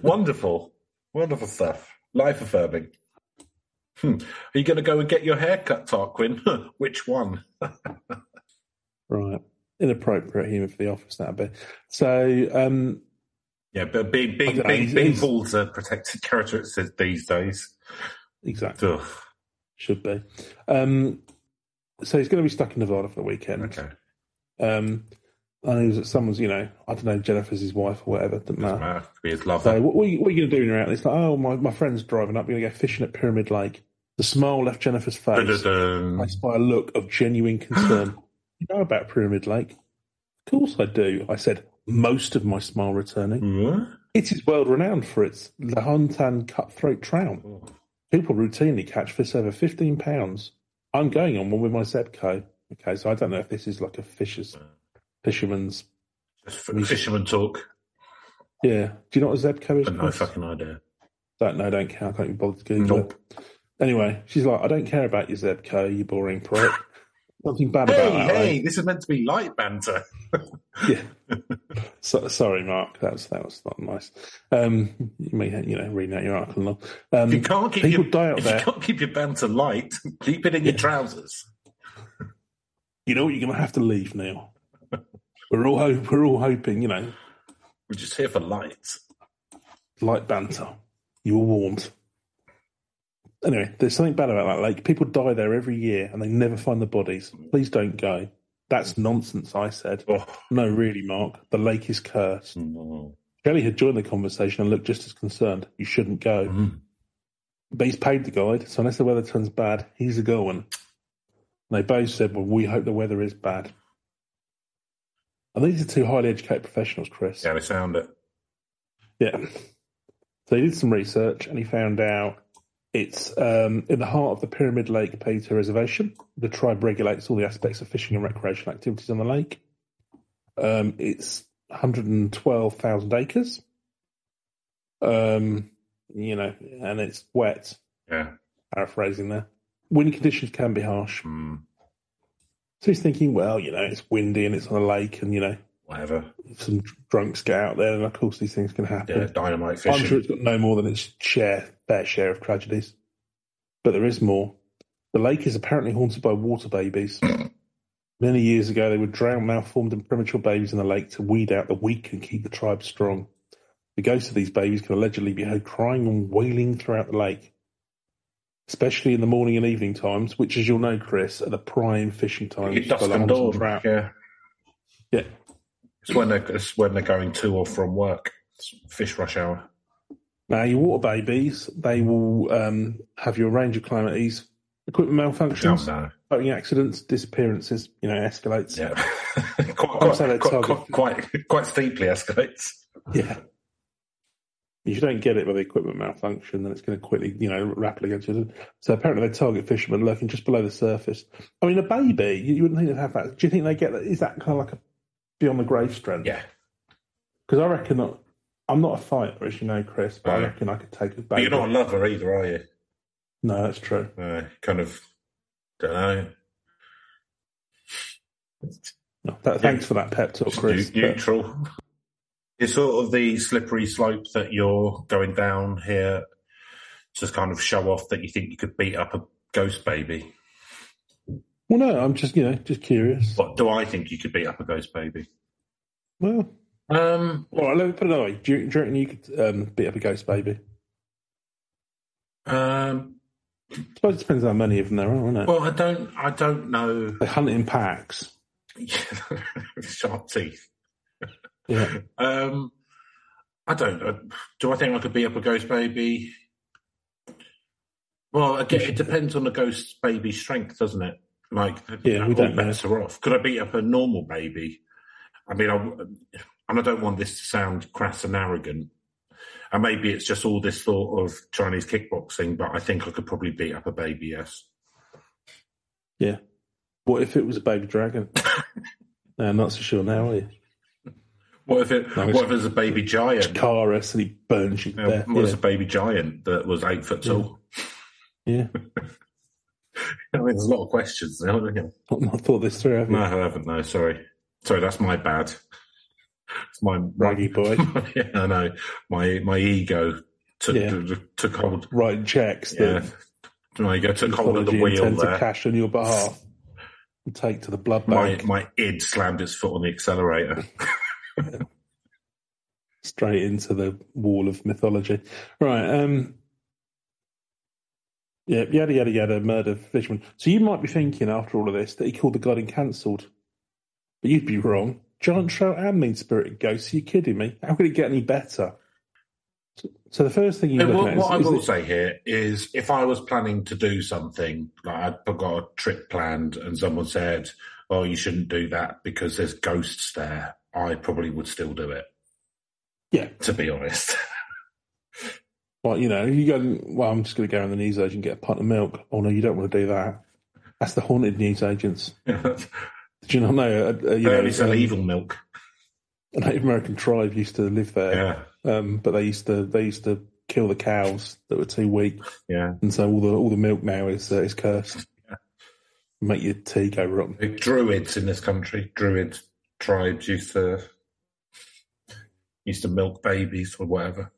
A: wonderful, wonderful stuff. Life affirming. Hmm. Are you going to go and get your hair cut, Tarquin? Which one?
B: Right. Inappropriate humour for the office, that'd be. So, um,
A: Yeah, but being being
B: I don't know,
A: being,
B: he's-
A: being
B: he's-
A: bald a protected characteristic these days.
B: exactly.
A: Ugh.
B: Should be. Um, so he's going to be stuck in Nevada for the weekend.
A: Okay,
B: Um, and he was at someone's, you know, I don't know, Jennifer's his wife or whatever, doesn't matter.
A: Well, could be his
B: So
A: lover.
B: what, what are you, what are you going to do when you're out? It's like, oh, my, my friend's driving up. We're going to go fishing at Pyramid Lake. The smile left Jennifer's face,
A: Dun-dun-dun.
B: replaced by a look of genuine concern. you know about Pyramid Lake? Of course I do, I said, most of my smile
A: Mm.
B: returning.
A: Huh?
B: It is world renowned for its Lahontan cutthroat trout. People routinely catch fish over 15 pounds. I'm going on one with my Zebco. Okay, so I don't know if this is like a fisher's, fisherman's.
A: Just f- Fisherman talk.
B: Yeah. Do you know what a Zebco is?
A: But no
B: Chris?
A: fucking idea.
B: Don't know, don't care. I can't be bothered to Google
A: Nope.
B: it. Anyway, she's like, I don't care about your Zebco, you boring prick. Nothing bad
A: Hey,
B: about that.
A: hey, this is meant to be light banter.
B: eh? Yeah. so, sorry, Mark. That was that was not nice. Um, you may you know reading out your article. and all. Um,
A: If you can't keep
B: people
A: your
B: die out
A: if
B: there.
A: you can't keep your banter light, keep it in your trousers.
B: you know what? You're going to have to leave, Neil. We're all hope, we're all hoping, you know,
A: We're just here for lights.
B: light banter. You were warned. Anyway, there's something bad about that lake. People die there every year and they never find the bodies. Please don't go. That's nonsense, I said.
A: Oh,
B: No, really, Mark. The lake is cursed.
A: no.
B: Kelly had joined the conversation and looked just as concerned. You shouldn't go.
A: Mm.
B: But he's paid the guide, so unless the weather turns bad, he's a going. And they both said, Well, we hope the weather is bad. And these are two highly educated professionals, Chris.
A: Yeah, they sound it.
B: Yeah. So he did some research and he found out it's um, in the heart of the Pyramid Lake Pata Reservation. The tribe regulates all the aspects of fishing and recreational activities on the lake. Um, it's 112,000 acres. Um, you know, and it's wet,
A: Yeah.
B: paraphrasing there. Wind conditions can be harsh.
A: Mm,
B: So he's thinking, well, you know, it's windy and it's on a lake, and, you know,
A: whatever.
B: if some drunks get out there, and of course these things can happen.
A: Yeah, dynamite
B: I'm
A: fishing.
B: sure it's got no more than its share, fair share of tragedies. But there is more. The lake is apparently haunted by water babies. Many years ago, they would drown malformed and premature babies in the lake to weed out the weak and keep the tribe strong. The ghosts of these babies can allegedly be heard crying and wailing throughout the lake, especially in the morning and evening times, which, as you'll know, Chris, are the prime fishing times.
A: It's
B: for
A: dusk
B: the
A: and
B: hunt
A: dawn.
B: trout.
A: Yeah.
B: Yeah.
A: It's when they're it's when they're going to or from work. It's fish rush hour.
B: Now, your water babies, they will um, have your range of calamities, equipment
A: Oh,
B: malfunctions,
A: no.
B: boating accidents, disappearances, you know, escalates.
A: Yeah. quite, quite,
B: saying it's
A: quite, quite,
B: target-
A: quite, quite steeply escalates.
B: Yeah. If you don't get it by the equipment malfunction, then it's going to quickly, you know, rapidly go to. So apparently they target fishermen lurking just below the surface. I mean, a baby, you, you wouldn't think they'd have that. Do you think they get that? Is that kind of like a beyond the grave strength?
A: Yeah.
B: Because I reckon that I'm not a fighter, as you know, Chris, but I
A: No.
B: reckon I could take a
A: Uh-huh. But
B: baby.
A: you're not a lover either, are you?
B: No, that's true.
A: Uh, kind of, don't know.
B: No, that, Thanks for that pep talk, Chris.
A: Neu-
B: but-
A: neutral. It's sort of the slippery slope that you're going down here to kind of show off that you think you could beat up a ghost baby.
B: well, no, I'm just, you know, just curious.
A: What do I think you could beat up a ghost baby?
B: Well,
A: Um,
B: all right, let me put it another way. Do you, do you reckon you could um, beat up a ghost baby?
A: um,
B: I suppose it depends how many of them there are, isn't it?
A: well, I don't, I don't know.
B: they hunt in packs.
A: Sharp teeth.
B: Yeah.
A: Um, I don't. Uh, do I think I could beat up a ghost baby? Well, again, it depends on the ghost baby's strength, doesn't it? Like,
B: Yeah,
A: all
B: we don't know.
A: bets are off. Could I beat up a normal baby? I mean, I, and I don't want this to sound crass and arrogant. And maybe it's just all this thought of Chinese kickboxing, but I think I could probably beat up a baby. Yes,
B: Yeah. What if it was a baby dragon? no, I'm not so sure now, are you?
A: what if it?
B: No, it's-
A: what if it's a baby giant?
B: Chikara, and he burns you
A: Yeah,
B: there.
A: what if
B: Yeah.
A: it's a baby giant that was eight foot tall?
B: yeah.
A: I mean, there's a lot of questions. Now, isn't there?
B: I've not thought this through, have
A: No,
B: you?
A: I haven't. No, sorry. Sorry, that's my bad. It's my
B: Raggy boy.
A: yeah, I know. My my ego took
B: Yeah.
A: t- t- took hold.
B: Writing checks
A: Yeah,
B: that
A: my ego took hold of the
B: mythology
A: wheel
B: intend to
A: there.
B: cash on your behalf and take to the blood
A: My
B: bank
A: my id slammed its foot on the accelerator.
B: straight into the wall of mythology. Right. Um, yeah, yada, yada, yada, murder, fisherman. So you might be thinking after all of this that he called the guide and cancelled. But you'd be wrong. Giant trout and mean spirited ghosts. Are you kidding me? How could it get any better? So, so the first thing you
A: And
B: look
A: what,
B: at
A: what I
B: is,
A: will
B: is that-
A: say here is, if I was planning to do something, like I'd got a trip planned, and someone said, "Oh, you shouldn't do that because there's ghosts there," I probably would still do it.
B: Yeah.
A: to be honest.
B: well, you know, you go, and- well, I'm just going to go in the newsagent and get a pint of milk. Oh, no, you don't want to do that. That's the haunted newsagents. Did you not know? Uh, uh, you know
A: Barely sell
B: um,
A: evil milk.
B: a Native American tribe used to live there.
A: Yeah,
B: um, but they used to they used to kill the cows that were too weak,
A: yeah.
B: and so all the all the milk now is uh, is cursed. Make your tea go rotten.
A: Druids in this country, druid tribes used to used to milk babies or whatever.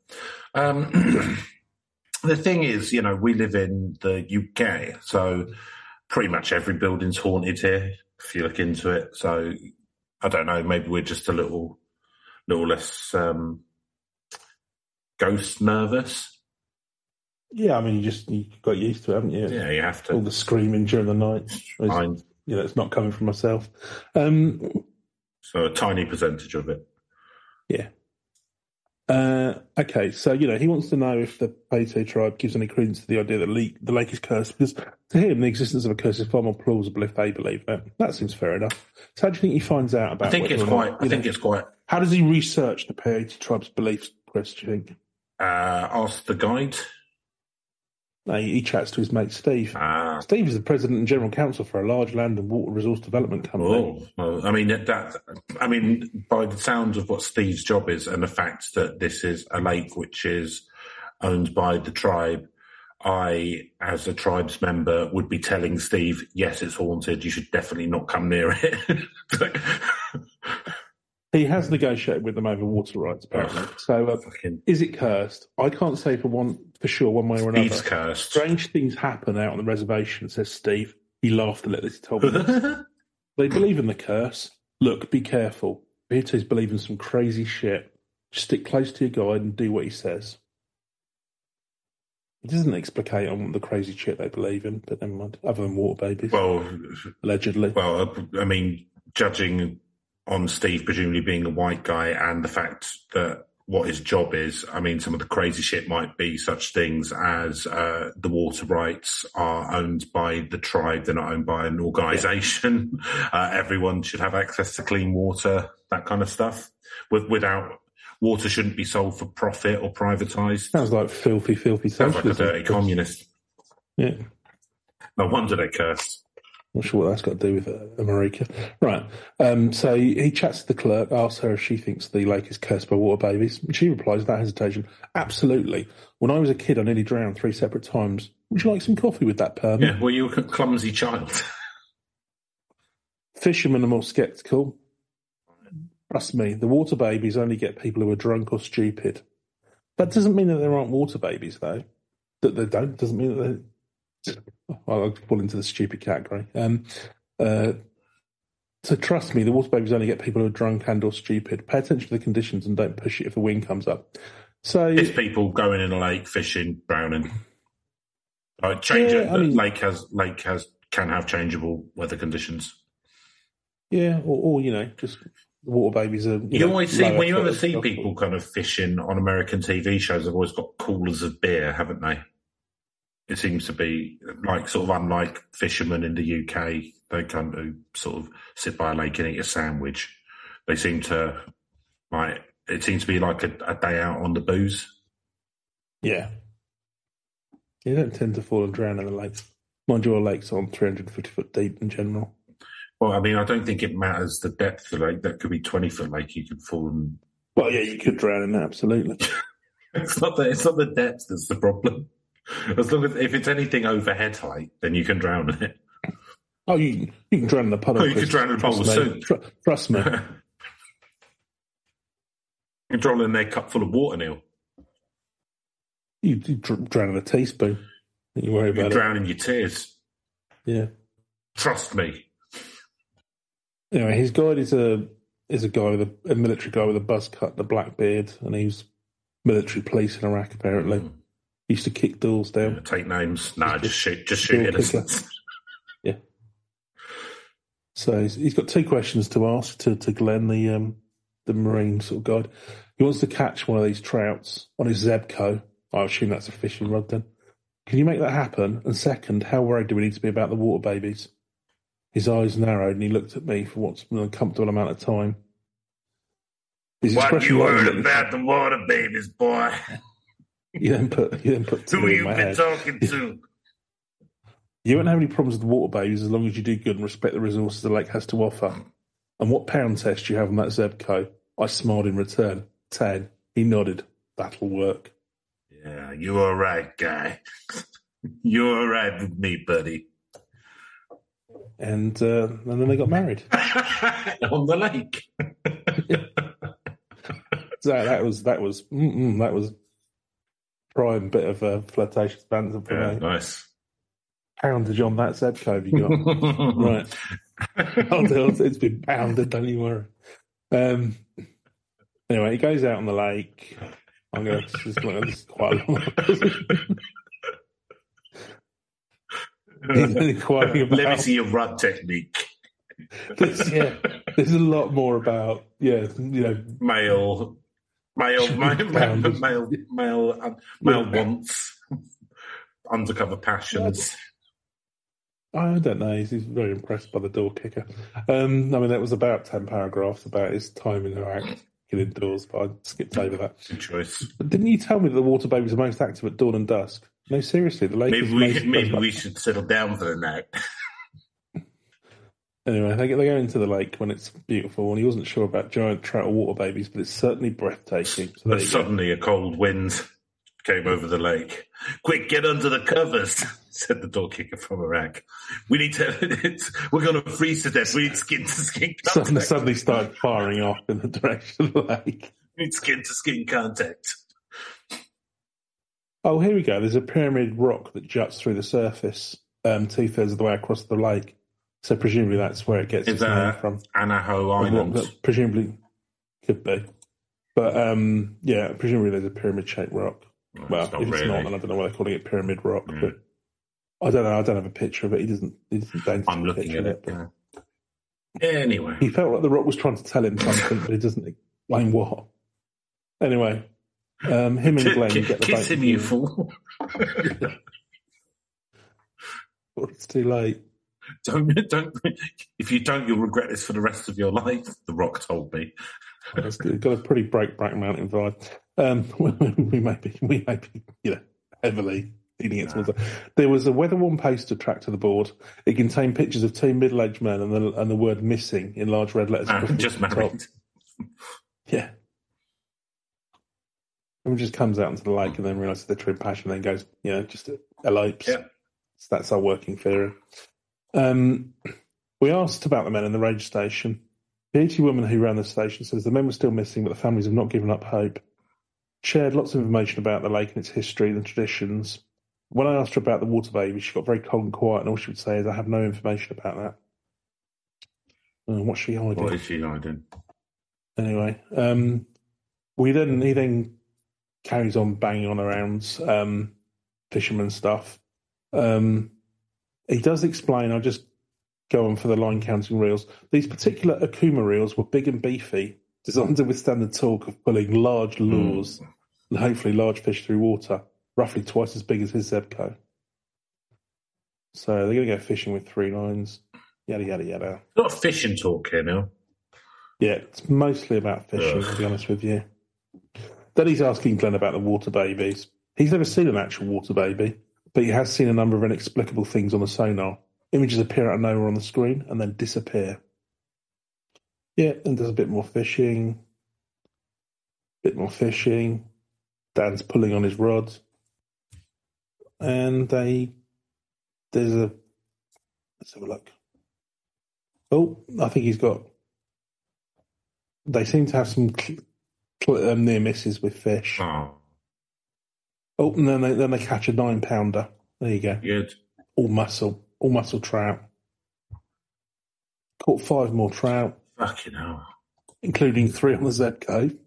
A: Um, the thing is, you know, we live in the UK, so pretty much every building's haunted here. if you look into it. So I don't know. Maybe we're just a little, little less um, ghost nervous.
B: Yeah, I mean, you just you got used to it, haven't you?
A: Yeah, you have
B: All
A: to.
B: the screaming during the night. It's-
A: Fine.
B: Yeah, it's not coming from myself. Um,
A: So a tiny percentage of it.
B: Uh, okay, so you know he wants to know if the Pato tribe gives any credence to the idea that le- the lake is cursed, because to him the existence of a curse is far more plausible if they believe that. That seems fair enough. So how do you think he finds out about?
A: I think
B: whether
A: it's
B: or
A: quite.
B: not-
A: I think it's quite.
B: How does he research the Pato tribe's beliefs? Chris, do you think?
A: Uh, ask the guide.
B: No, Uh, he, he chats to his mate Steve.
A: Ah,
B: Steve is the president and general counsel for a large land and water resource development company.
A: oh, well, I mean that. I mean, by the sounds of what Steve's job is, and the fact that this is a lake which is owned by the tribe, I, as a tribe's member, would be telling Steve, "Yes, it's haunted. You should definitely not come near it."
B: He has negotiated with them over water rights, apparently. So, uh,
A: Fucking
B: is it cursed? I can't say for one for sure, one way or another.
A: Steve's cursed.
B: Strange things happen out on the reservation, says Steve. He laughed a little as he told me. this. they believe in the curse. Look, be careful. Vito's believing some crazy shit. Just stick close to your guide and do what he says. He doesn't explicate on the crazy shit they believe in, but never mind. Other than water babies,
A: well,
B: allegedly.
A: Well, uh, I mean, judging on Steve presumably being a white guy and the fact that what his job is, I mean, some of the crazy shit might be such things as uh, the water rights are owned by the tribe, they're not owned by an organization. Uh, everyone should have access to clean water, that kind of stuff. With, without water, shouldn't be sold for profit or privatized.
B: Sounds like filthy, filthy
A: Sounds like a
B: socialism.
A: dirty communist.
B: Yeah.
A: No wonder they curse.
B: Not sure what that's got to do with uh, America. Right. Um, so he, he chats to the clerk, asks her if she thinks the lake is cursed by water babies. She replies without hesitation, absolutely. When I was a kid, I nearly drowned three separate times. Would you like some coffee with that perm?
A: Yeah, well, you're a clumsy child.
B: Fishermen are more sceptical. Trust me, the water babies only get people who are drunk or stupid. That doesn't mean that there aren't water babies, though. That they don't doesn't mean that they. I'll fall into the stupid category. Um, uh, so trust me, the water babies only get people who are drunk and or stupid. Pay attention to the conditions and don't push it if the wind comes up. So
A: It's people going in a lake fishing, drowning. Like change
B: Yeah,
A: it.
B: I mean-
A: lake has lake has can have changeable weather conditions.
B: yeah, or, or you know, just the water babies are.
A: You,
B: know,
A: always see
B: lower
A: when you
B: foot
A: ever
B: of-
A: see
B: of-
A: people kind of fishing on American TV shows. They've always got coolers of beer, haven't they? It seems to be like sort of unlike fishermen in the UK. They kind of sort of sit by a lake and eat a sandwich. They seem to like it seems to be like a, a day out on the booze.
B: Yeah. You don't tend to fall and drown in the lakes. Mind you, our lakes aren't 350 foot deep in general.
A: Well, I mean, I don't think it matters the depth of the lake. That could be twenty foot lake. You could fall and
B: Well, yeah, you could drown in that, absolutely.
A: It's not the it's not the depth that's the problem. As long as if it's anything over head height, then you can drown in it.
B: Oh, you, you can drown in the puddle.
A: Oh, you
B: Chris.
A: could drown in a bowl of
B: Trust me.
A: soup.
B: Tr- trust me.
A: you can drown in their cup full of water, Neil.
B: You, you dr- drown in a teaspoon. Don't you worry
A: You can
B: about
A: drown in your tears.
B: it. Yeah.
A: Trust me.
B: Anyway, his guide is a is a guy with a, a military guy with a buzz cut, and a black beard, and he's military police in Iraq. Apparently,
A: Mm.
B: he used to kick doors down.
A: Take names. Nah, just shoot. Just
B: Cool
A: shoot
B: kicker.
A: innocents.
B: So he's, he's got two questions to ask to, to Glenn, the um, the marine sort of guide. He wants to catch one of these trouts on his Zebco. I assume that's a fishing rod then. Can you make that happen? And second, how worried do we need to be about the water babies? His eyes narrowed and he looked at me for what's an uncomfortable amount of time. His
A: What
B: expression
A: you heard
B: lightened.
A: about the water babies, boy?
B: He then put he then put two
A: Who
B: in
A: you
B: my
A: been
B: head.
A: talking to?
B: You won't have any problems with the water babies as long as you do good and respect the resources the lake has to offer. And what pound test do you have on that Zebco? I smiled in return. Ten. He nodded. That'll work.
A: Yeah, you all right, guy. you all right with me, buddy?
B: And uh, and then they got married.
A: On the lake.
B: So that was that was mm-mm, that was prime bit of uh, flirtatious banter for
A: Yeah,
B: me.
A: nice.
B: Poundage on that Zebco have you got? right. Oh, no, it's been pounded, don't you worry. Um, anyway, he goes out on the lake. I'm going to, this is like- this is quite a long He's inquiring about.
A: Let me see your run technique.
B: This, yeah, there's a lot more about, yeah, you know,
A: Male, male, male, male, male, male, uh, male wants, undercover passions.
B: I don't know. He's, he's very impressed by the door kicker. Um, I mean, that was about 10 paragraphs about his time in Iraq, killing doors, but I skipped over that.
A: Good choice.
B: But didn't you tell me that the water babies are most active at dawn and dusk? No, seriously, the lake
A: Maybe
B: is
A: we
B: most-
A: could, maybe we should settle down for the night.
B: Anyway, they, go- they go into the lake when it's beautiful, and he wasn't sure about giant trout or water babies, but it's certainly breathtaking. So there
A: But
B: you go.
A: suddenly a cold wind came over the lake. Quick, get under the covers, said the door kicker from Iraq. We need to, we're going to freeze to death. We need skin to skin contact.
B: Suddenly, suddenly started firing off in the direction of the lake.
A: We need skin to skin contact.
B: Oh, here we go. There's a pyramid rock that juts through the surface, um, two thirds of the way across the lake. So presumably that's where it gets
A: Is
B: its name
A: that-
B: from.
A: Anaho
B: Or what-
A: Island.
B: that presumably could be, but um, yeah, presumably there's a pyramid-shaped rock. Well,
A: it's not
B: if it's
A: really.
B: not, then I don't know why they're calling it pyramid rock.
A: Mm.
B: But I don't know. I don't have a picture of it. He doesn't. He doesn't deign to
A: I'm
B: take a
A: looking
B: picture
A: at
B: of
A: it.
B: but
A: now. Anyway,
B: He felt like the rock was trying to tell him something, but he doesn't explain what. Anyway, um, him and Glenn
A: kiss,
B: get the boat.
A: him, you fool.
B: It's too late.
A: don't, don't, if you don't, you'll regret this for the rest of your life, The Rock told me.
B: It's got got a pretty break Black Mountain vibe. Um, we may be, we may be, you know, heavily leaning it towards that. There was a weather-worn poster tracked to the board. It contained pictures of two middle-aged men and the, and the word "missing" in large red letters.
A: Ah,
B: across the
A: just
B: top.
A: married.
B: Yeah. And just comes out into the lake and then realizes the true passion, then goes, you know, just elopes.
A: Yeah.
B: So that's our working theory. Um, we asked about the men in the radio station. The 80 woman who ran the station says the men were still missing, but the families have not given up hope. Shared lots of information about the lake and its history and traditions. When I asked her about the water baby, she got very cold and quiet, and all she would say is, I have no information about that. And what's she hiding?
A: What is she hiding?
B: anyway, um, we then he then carries on banging on around um, fisherman stuff. Um, he does explain. I'll just go on for the line counting reels. These particular Akuma reels were big and beefy, designed to withstand the torque of pulling large lures and hopefully large fish through water, roughly twice as big as his Zebco. So they're going to go fishing with three lines. Yada yada yada.
A: Not fishing talk here now.
B: Yeah, it's mostly about fishing, to be honest with you. Then he's asking Glenn about the water babies. He's never seen an actual water baby, but he has seen a number of inexplicable things on the sonar. Images appear out of nowhere on the screen and then disappear. Yeah, and does a bit more fishing. Bit more fishing. Dan's pulling on his rod. And they there's a let's have a look. Oh, I think he's got they seem to have some cl- cl- um, near misses with fish.
A: Oh,
B: Oh, and then they, then they catch a nine pounder. There you go.
A: good.
B: All muscle, all muscle trout. Caught five more trout,
A: Fucking hell.
B: including three on the Zebco.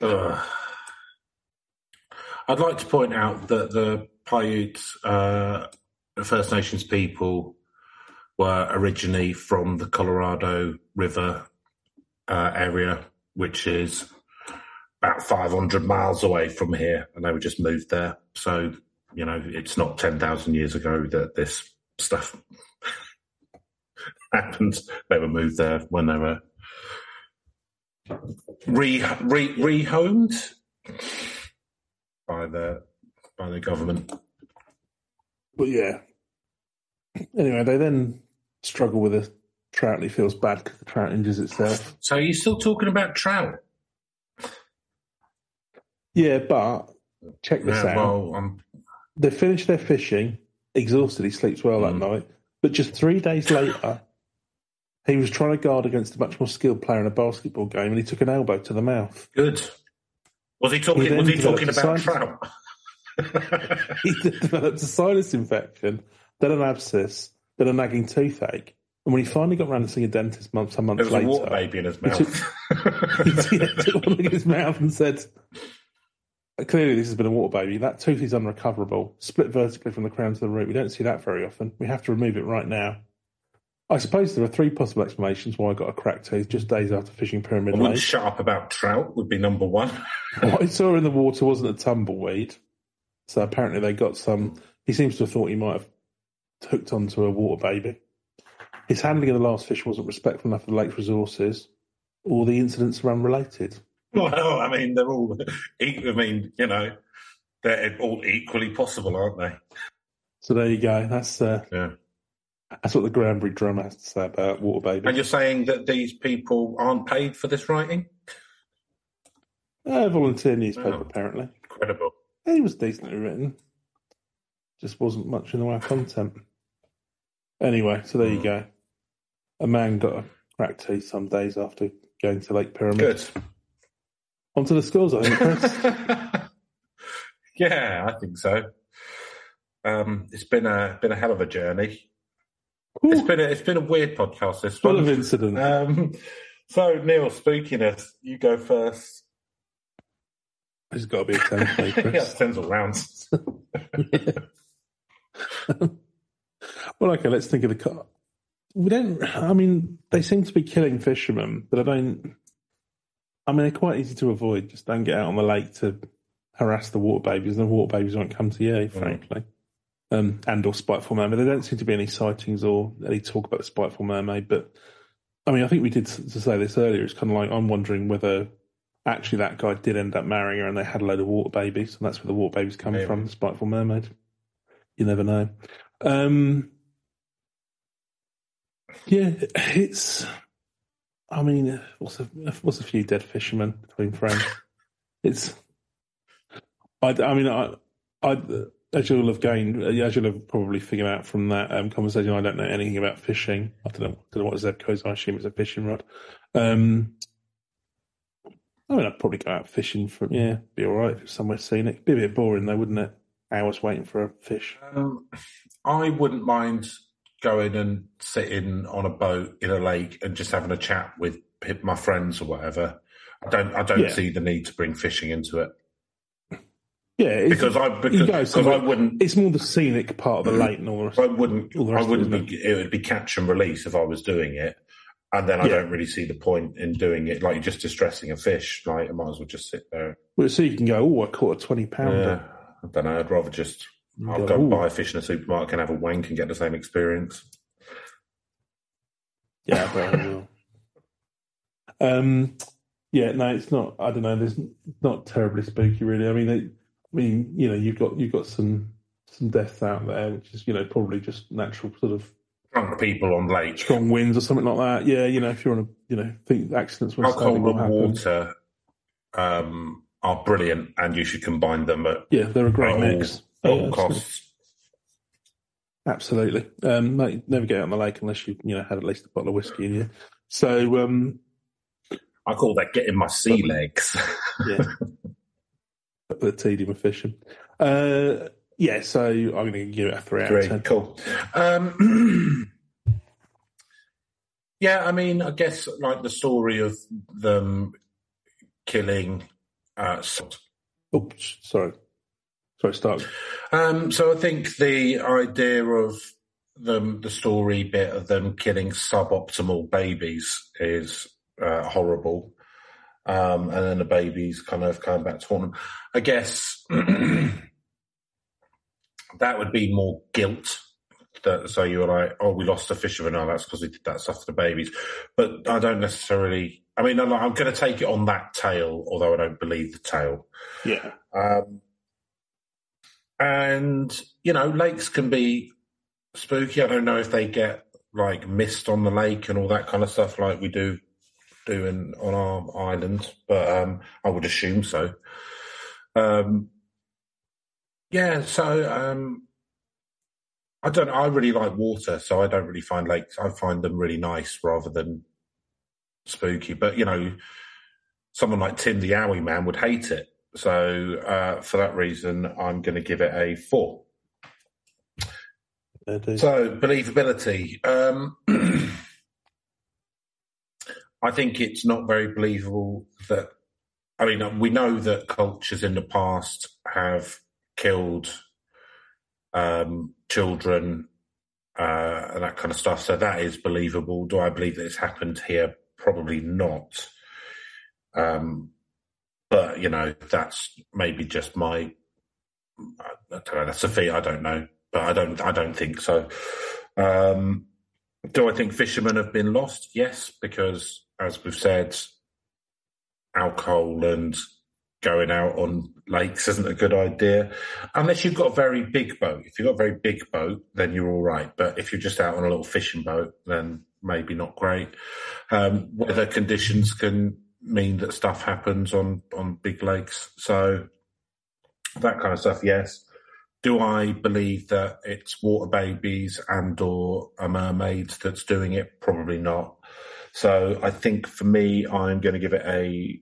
A: Ugh. I'd like to point out that the Paiute uh, First Nations people were originally from the Colorado River uh, area, which is about 500 miles away from here, and they were just moved there. So, you know, it's not 10,000 years ago that this stuff happened. They were moved there when they were re re rehomed by the by the government.
B: But yeah. Anyway, they then struggle with a trout and he feels bad because the trout injures itself.
A: So you're still talking about trout?
B: Yeah, but check this
A: Yeah,
B: out.
A: well, um,
B: They finish their fishing, exhausted. He sleeps well that
A: Mm.
B: night. But just three days later, he was trying to guard against a much more skilled player in a basketball game and he took an elbow to the mouth.
A: good. Was he
B: He
A: talking?
B: then
A: was he talking
B: developed
A: about
B: science-
A: trout?
B: He developed a sinus infection, then an abscess, then a nagging toothache. And when he finally got around to seeing a dentist months, some
A: There
B: months
A: was a water
B: later,
A: baby in his
B: Which
A: mouth.
B: he took one look at his mouth and said, "Uh, Clearly, this has been a water baby. That tooth is unrecoverable, split vertically from the crown to the root. We don't see that very often. We have to remove it right now. I suppose there are three possible explanations why I got a cracked tooth just days after fishing
A: I
B: Pyramid
A: wouldn't
B: Lake.
A: shut up about trout would be number one.
B: What I saw in the water wasn't a tumbleweed. So apparently, they got some. He seems to have thought he might have hooked onto a water baby. His handling of the last fish wasn't respectful enough of the lake's resources, or the incidents were unrelated.
A: Well, I mean, they're all. e- I mean, you know, they're all equally possible, aren't they?
B: So there you go. That's uh,
A: Yeah.
B: that's what the Granbury drum has to say about Water Baby.
A: And you're saying that these people aren't paid for this writing?
B: Uh, volunteer newspaper,
A: Oh.
B: apparently.
A: Incredible.
B: It was decently written. Just wasn't much in the way of content. Anyway, so there you
A: Hmm.
B: go. A man got a cracked tooth some days after going to Lake Pyramid.
A: Good.
B: Onto the scores, I think, Chris.
A: yeah, I think so. Um, it's been a been a hell of a journey. It's
B: Ooh,
A: been a, it's been a weird podcast. This
B: full of
A: one.
B: incident.
A: Um, so Neil, spookiness, you go first.
B: There's got to be a 10 today,
A: yeah,
B: Chris.
A: sends all rounds.
B: Well, okay, let's think of the car. We don't. I mean, they seem to be killing fishermen, but I don't. I mean, they're quite easy to avoid. Just don't get out on the lake to harass the water babies. The water babies won't come to you, frankly. Um, and or spiteful mermaid. There don't seem to be any sightings or any talk about the spiteful mermaid. But I mean, I think we did s- to say this earlier. It's kind of like I'm wondering whether actually that guy did end up marrying her, and they had a load of water babies, and that's where the water babies come
A: Maybe.
B: from. The spiteful mermaid. You never know. Um, yeah, it's. I mean, what's a what's a few dead fishermen between friends? It's. I, I mean, I, I as you'll have gained, uh, as you'll have probably figured out from that um, conversation, I don't know anything about fishing. I don't know, don't know what Zebco is. I assume it's a fishing rod. Um, I mean, I'd probably go out fishing for yeah, be all right if it's somewhere scenic. Be a bit boring though, wouldn't it? Hours waiting for a fish.
A: Um, I wouldn't mind going and sitting on a boat in a lake and just having a chat with p- my friends or whatever. I don't. I don't
B: Yeah.
A: see the need to bring fishing into it
B: Yeah, it's,
A: because I because,
B: you go
A: because I
B: somewhere-
A: wouldn't.
B: it's more the scenic part of the lake and all the rest.
A: I wouldn't.
B: all the
A: I
B: rest of
A: wouldn't. Be, it would be catch and release if I was doing it, and then I
B: Yeah.
A: don't really see the point in doing it. Like you're just distressing a fish. Like I might as well just sit there.
B: Well, so you can go, oh, I caught a 20
A: Yeah.
B: pounder.
A: I don't know. I'd rather just.
B: You
A: I'll
B: go,
A: go and
B: "Ooh."
A: buy a fish in a supermarket and have a wank and get the same experience.
B: Yeah, I bet I will. Um, yeah, no, it's not. I don't know. There's it's not terribly spooky, really. I mean, it, I mean, you know, you've got you've got some some deaths out there, which is you know probably just natural sort of
A: Drunk people on lake.
B: strong winds or something like that. Yeah, you know, if you're on a you know think accidents when
A: alcohol
B: something will
A: and
B: happen.
A: water um, are brilliant, and you should combine them at
B: Yeah, they're a
A: At
B: great
A: all-
B: mix.
A: all
B: Yeah, absolutely.
A: costs.
B: Absolutely. Um, no, you never get out on the lake unless you you know had at least a bottle of whiskey in you. So um,
A: I call that getting my sea legs.
B: yeah. Couple of tedium of fishing. Uh, yeah, so I'm going to give it a three out of
A: Great,
B: ten.
A: cool. Um, yeah, I mean, I guess like the story of them killing. Uh, s-
B: Oh, sh- sorry, sorry, start.
A: um, so I think the idea of them, the story bit of them killing suboptimal babies is uh, horrible. um, and then the babies kind of coming back to haunt them. I guess that would be more guilt. That, so you were like, oh, we lost a fisherman. Oh, that's because he did that stuff to the babies. But I don't necessarily. I mean, I'm, I'm going to take it on that tale, although I don't believe the tale.
B: Yeah,
A: Um, and you know, lakes can be spooky. I don't know if they get like mist on the lake and all that kind of stuff, like we do do in, on our island, but um, I would assume so. Um, yeah, so um, I don't. I really like water, so I don't really find lakes. I find them really nice rather than spooky. But you know, someone like Tim the Owie Man would hate it. So uh, for that reason, I'm going to give it a four.
B: I do. Uh,
A: So believability. Um, I think it's not very believable that. I mean, we know that cultures in the past have killed um, children uh, and that kind of stuff. So that is believable. Do I believe that it's happened here? Probably not. Um, but you know, that's maybe just my. I don't know. That's a fee. I don't know, but I don't. I don't think so. Um, do I think fishermen have been lost? Yes, because as we've said, alcohol and going out on lakes isn't a good idea unless you've got a very big boat. If you've got a very big boat, then you're all right. But if you're just out on a little fishing boat, then maybe not great. Um, weather conditions can mean that stuff happens on on big lakes, so that kind of stuff. Yes. Do I believe that it's water babies and or a mermaid that's doing it? Probably not. So I think for me, I'm going to give it a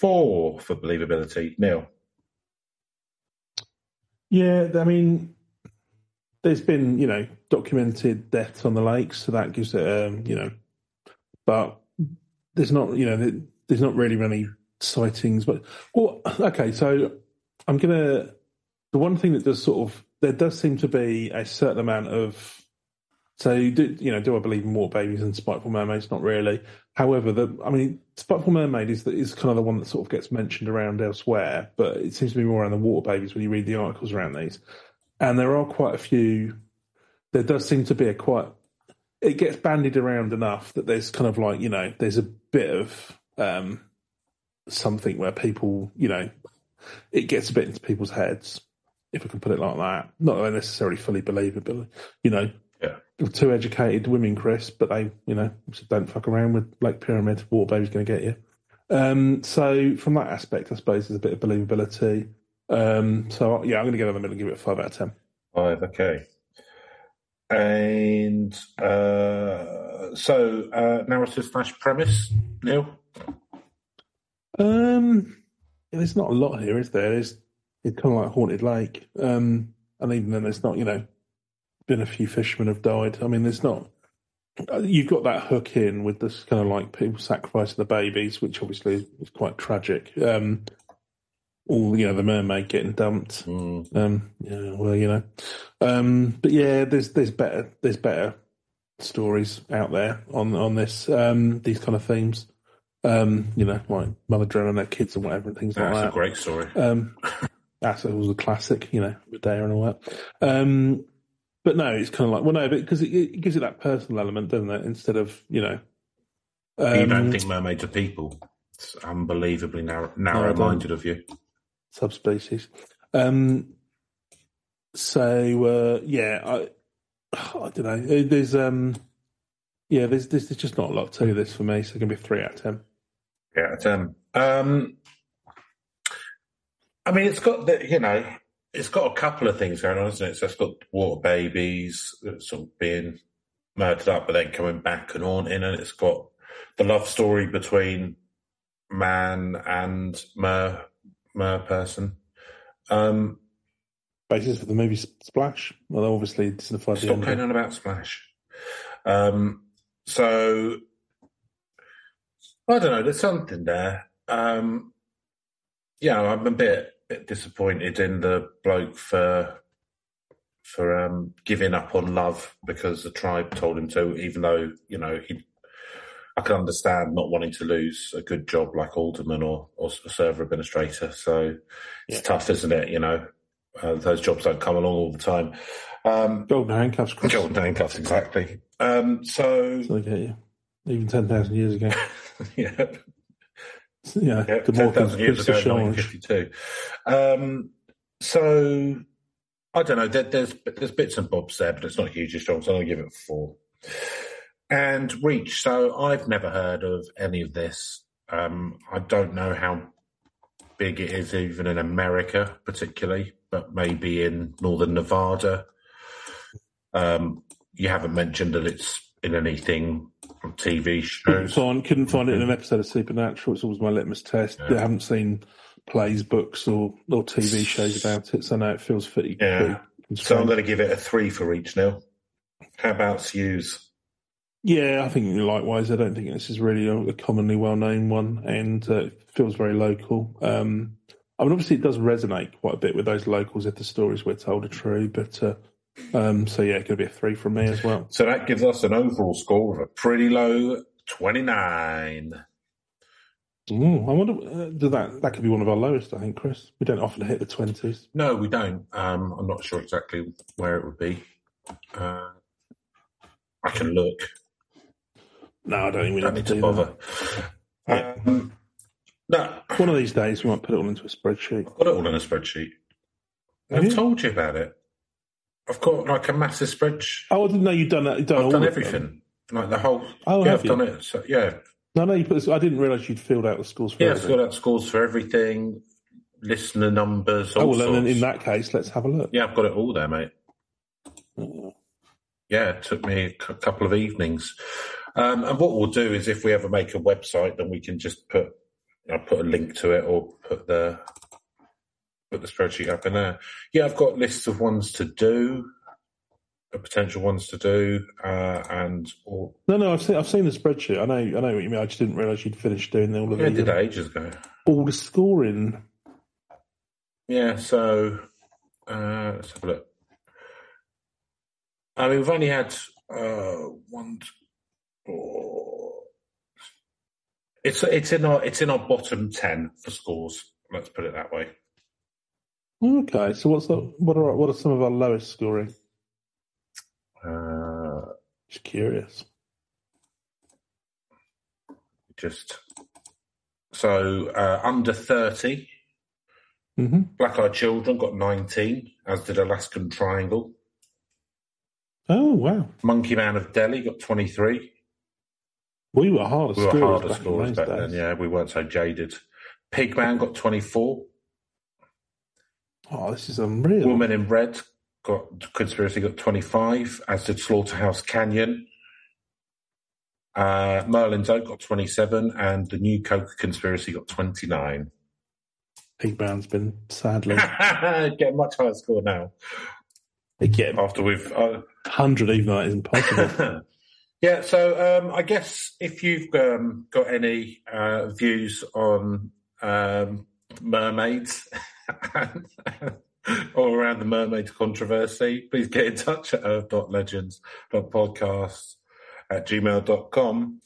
A: four for believability. Neil.
B: Yeah, I mean, there's been you know documented deaths on the lakes, so that gives it um, you know, but there's not you know there's not really many sightings. But well, okay, so I'm gonna the one thing that does sort of there does seem to be a certain amount of so do you know? Do I believe in water babies and spiteful mermaids? Not really. However, the I mean, spiteful mermaid is the, is kind of the one that sort of gets mentioned around elsewhere, but it seems to be more around the water babies when you read the articles around these. And there are quite a few. There does seem to be a quite. It gets bandied around enough that there's kind of like you know there's a bit of um, something where people you know it gets a bit into people's heads, if we can put it like that. Not that they necessarily fully believe it, but you know two educated women, Chris, but they, you know, don't fuck around with Lake Pyramid. Water Baby's going to get you. Um, so from that aspect, I suppose there's a bit of believability. Um, so yeah, I'm going to go down the middle and give it a five out of ten.
A: Five, okay. And uh, so uh, narrative slash premise, Neil.
B: Um, there's not a lot here, is there? It's it's kind of like haunted lake. Um, and even then, it's not, you know, been a few fishermen have died. I mean, there's not. uh, You've got that hook in with this kind of like people sacrificing the babies, which obviously is, is quite tragic. Um, all you know, the mermaid getting dumped.
A: Mm.
B: Um, yeah, well, you know, um, but yeah, there's there's better there's better stories out there on on this um, these kind of themes. Um, you know, like mother drowning her kids and whatever and things
A: That's
B: like
A: a
B: that.
A: great story.
B: Um, that's it was a classic, you know, Medea and all that. Um, but no, it's kind of like well, no, because it, it gives it that personal element, doesn't it? Instead of you know,
A: you don't
B: um,
A: think mermaids are people? It's unbelievably narrow,
B: don't.
A: narrow-minded of you.
B: subspecies. Um, so uh, yeah, I, I don't know. There's um, yeah, there's, there's there's just not a lot to this for me. So it can be a three out of ten.
A: Yeah, it's, um, um, I mean, it's got the you know, it's got a couple of things going on, isn't it? So it's got water babies that sort of being murdered up, but then coming back and haunting, and it's got the love story between man and mer mer person. Um,
B: Basis for the movie Splash. Well, obviously, it signifies the
A: Stop going
B: end.
A: on about Splash. Um, so I don't know. There's something there. Um, yeah, I'm a bit, bit disappointed in the bloke for for um, giving up on love because the tribe told him to. Even though you know he, I can understand not wanting to lose a good job like alderman or or a server administrator. So it's
B: Yeah.
A: tough, isn't it? You know, uh, those jobs don't come along all the time. Um,
B: Golden handcuffs, Chris.
A: Golden handcuffs, exactly. Um, so,
B: So they get you. Even ten thousand years ago.
A: yeah,
B: Yeah,
A: yeah
B: the more
A: 10,000 years ago,
B: change.
A: 1952. Um, so, I don't know. There, there's there's bits and bobs there, but it's not hugely strong, so I'm going to give it a four. And reach. So, I've never heard of any of this. Um, I don't know how big it is, even in America, particularly, but maybe in northern Nevada. Um, you haven't mentioned that it's in anything on TV
B: Couldn't
A: shows.
B: find, couldn't find it in an episode of Supernatural. It's always my litmus test.
A: Yeah.
B: I haven't seen plays, books, or, or TV shows about it, so now it feels pretty.
A: Yeah.
B: pretty
A: So I'm
B: constrained.
A: going to give it a three for each now. How about Hughes?
B: Yeah, I think likewise. I don't think this is really a, a commonly well known one, and uh, it feels very local. Um, I mean, obviously, it does resonate quite a bit with those locals if the stories we're told are true. But uh, um, so yeah, it could be a three from me as well.
A: So that gives us an overall score of a pretty low 29.
B: Ooh, I wonder uh, do that that could be one of our lowest. I think, Chris. We don't often hit the twenties.
A: No, we don't. Um, I'm not sure exactly where it would be. Uh, I can look.
B: No, I don't think we
A: Don't need to bother. Um, no, I've
B: Uh, One of these days, we might put it all into a spreadsheet.
A: got it all in a spreadsheet.
B: Have
A: I've
B: you?
A: told you about it. I've got like a massive spreadsheet.
B: Oh, I didn't know you'd done that. You'd done, all
A: I've done
B: of them.
A: everything. Like the whole.
B: Oh,
A: yeah,
B: have
A: I've
B: you?
A: done it. So, yeah,
B: No, no, you put. This, I didn't realise you'd filled out the scores for.
A: yeah, I've
B: everything.
A: got out scores for everything, listener numbers, all
B: Oh well,
A: sorts.
B: then in that case, let's have a look.
A: yeah, I've got it all there, mate.
B: Uh,
A: Yeah, it took me a cou- couple of evenings. Um, and what we'll do is, if we ever make a website, then we can just put I'll put a link to it or put the put the spreadsheet up in there. Yeah, I've got lists of ones to do, uh, potential ones to do, uh, and or
B: No, no, I've seen, I've seen the spreadsheet. I know, I know what you mean. I just didn't realise you'd finished doing all of
A: yeah, I did
B: the,
A: that ages ago.
B: all the scoring.
A: Yeah, so uh, let's have a look. I mean, we've only had uh, one. two- It's it's in our it's in our bottom ten for scores. Let's put it that way.
B: Okay, so what's the, what are our- what are some of our lowest scoring?
A: Uh,
B: Just curious.
A: just so uh, under thirty,
B: hmm
A: Black Eyed Children got nineteen, as did Alaskan Triangle.
B: Oh wow,
A: Monkey Man of Delhi got twenty three.
B: we were harder
A: We were
B: scorers
A: harder
B: back in
A: scorers
B: those
A: back
B: days.
A: then. Yeah, we weren't so jaded. Pigman got twenty four.
B: Oh, this is unreal.
A: Woman in Red got conspiracy got twenty five, as did Slaughterhouse Canyon. Uh, Merlin's Oak got twenty seven, and the New Coke conspiracy got twenty nine.
B: Pigman's been sadly
A: Get a much higher score now
B: again
A: after we've. Uh,
B: hundred even though that isn't possible.
A: yeah, so um, I guess if you've um, got any uh, views on um, mermaids or around the mermaid controversy, please get in touch at earth.legends.podcast at gmail.com.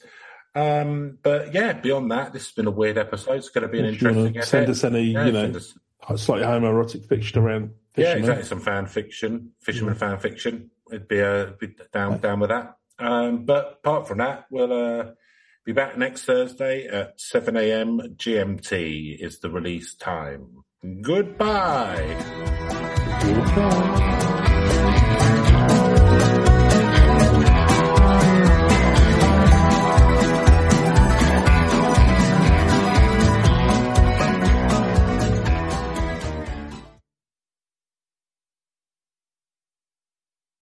A: Um, but yeah, beyond that, this has been a weird episode. It's going to be an
B: If you
A: interesting
B: want to send
A: episode.
B: us any,
A: Yeah,
B: you
A: send
B: know,
A: us-
B: slightly homoerotic fiction around
A: yeah,
B: fishermen.
A: exactly. Some fan fiction, fisherman fan fiction. It'd be a be down down with that. Um, but apart from that, we'll uh, be back next Thursday at seven a.m. GMT is the release time. Goodbye.
B: Goodbye.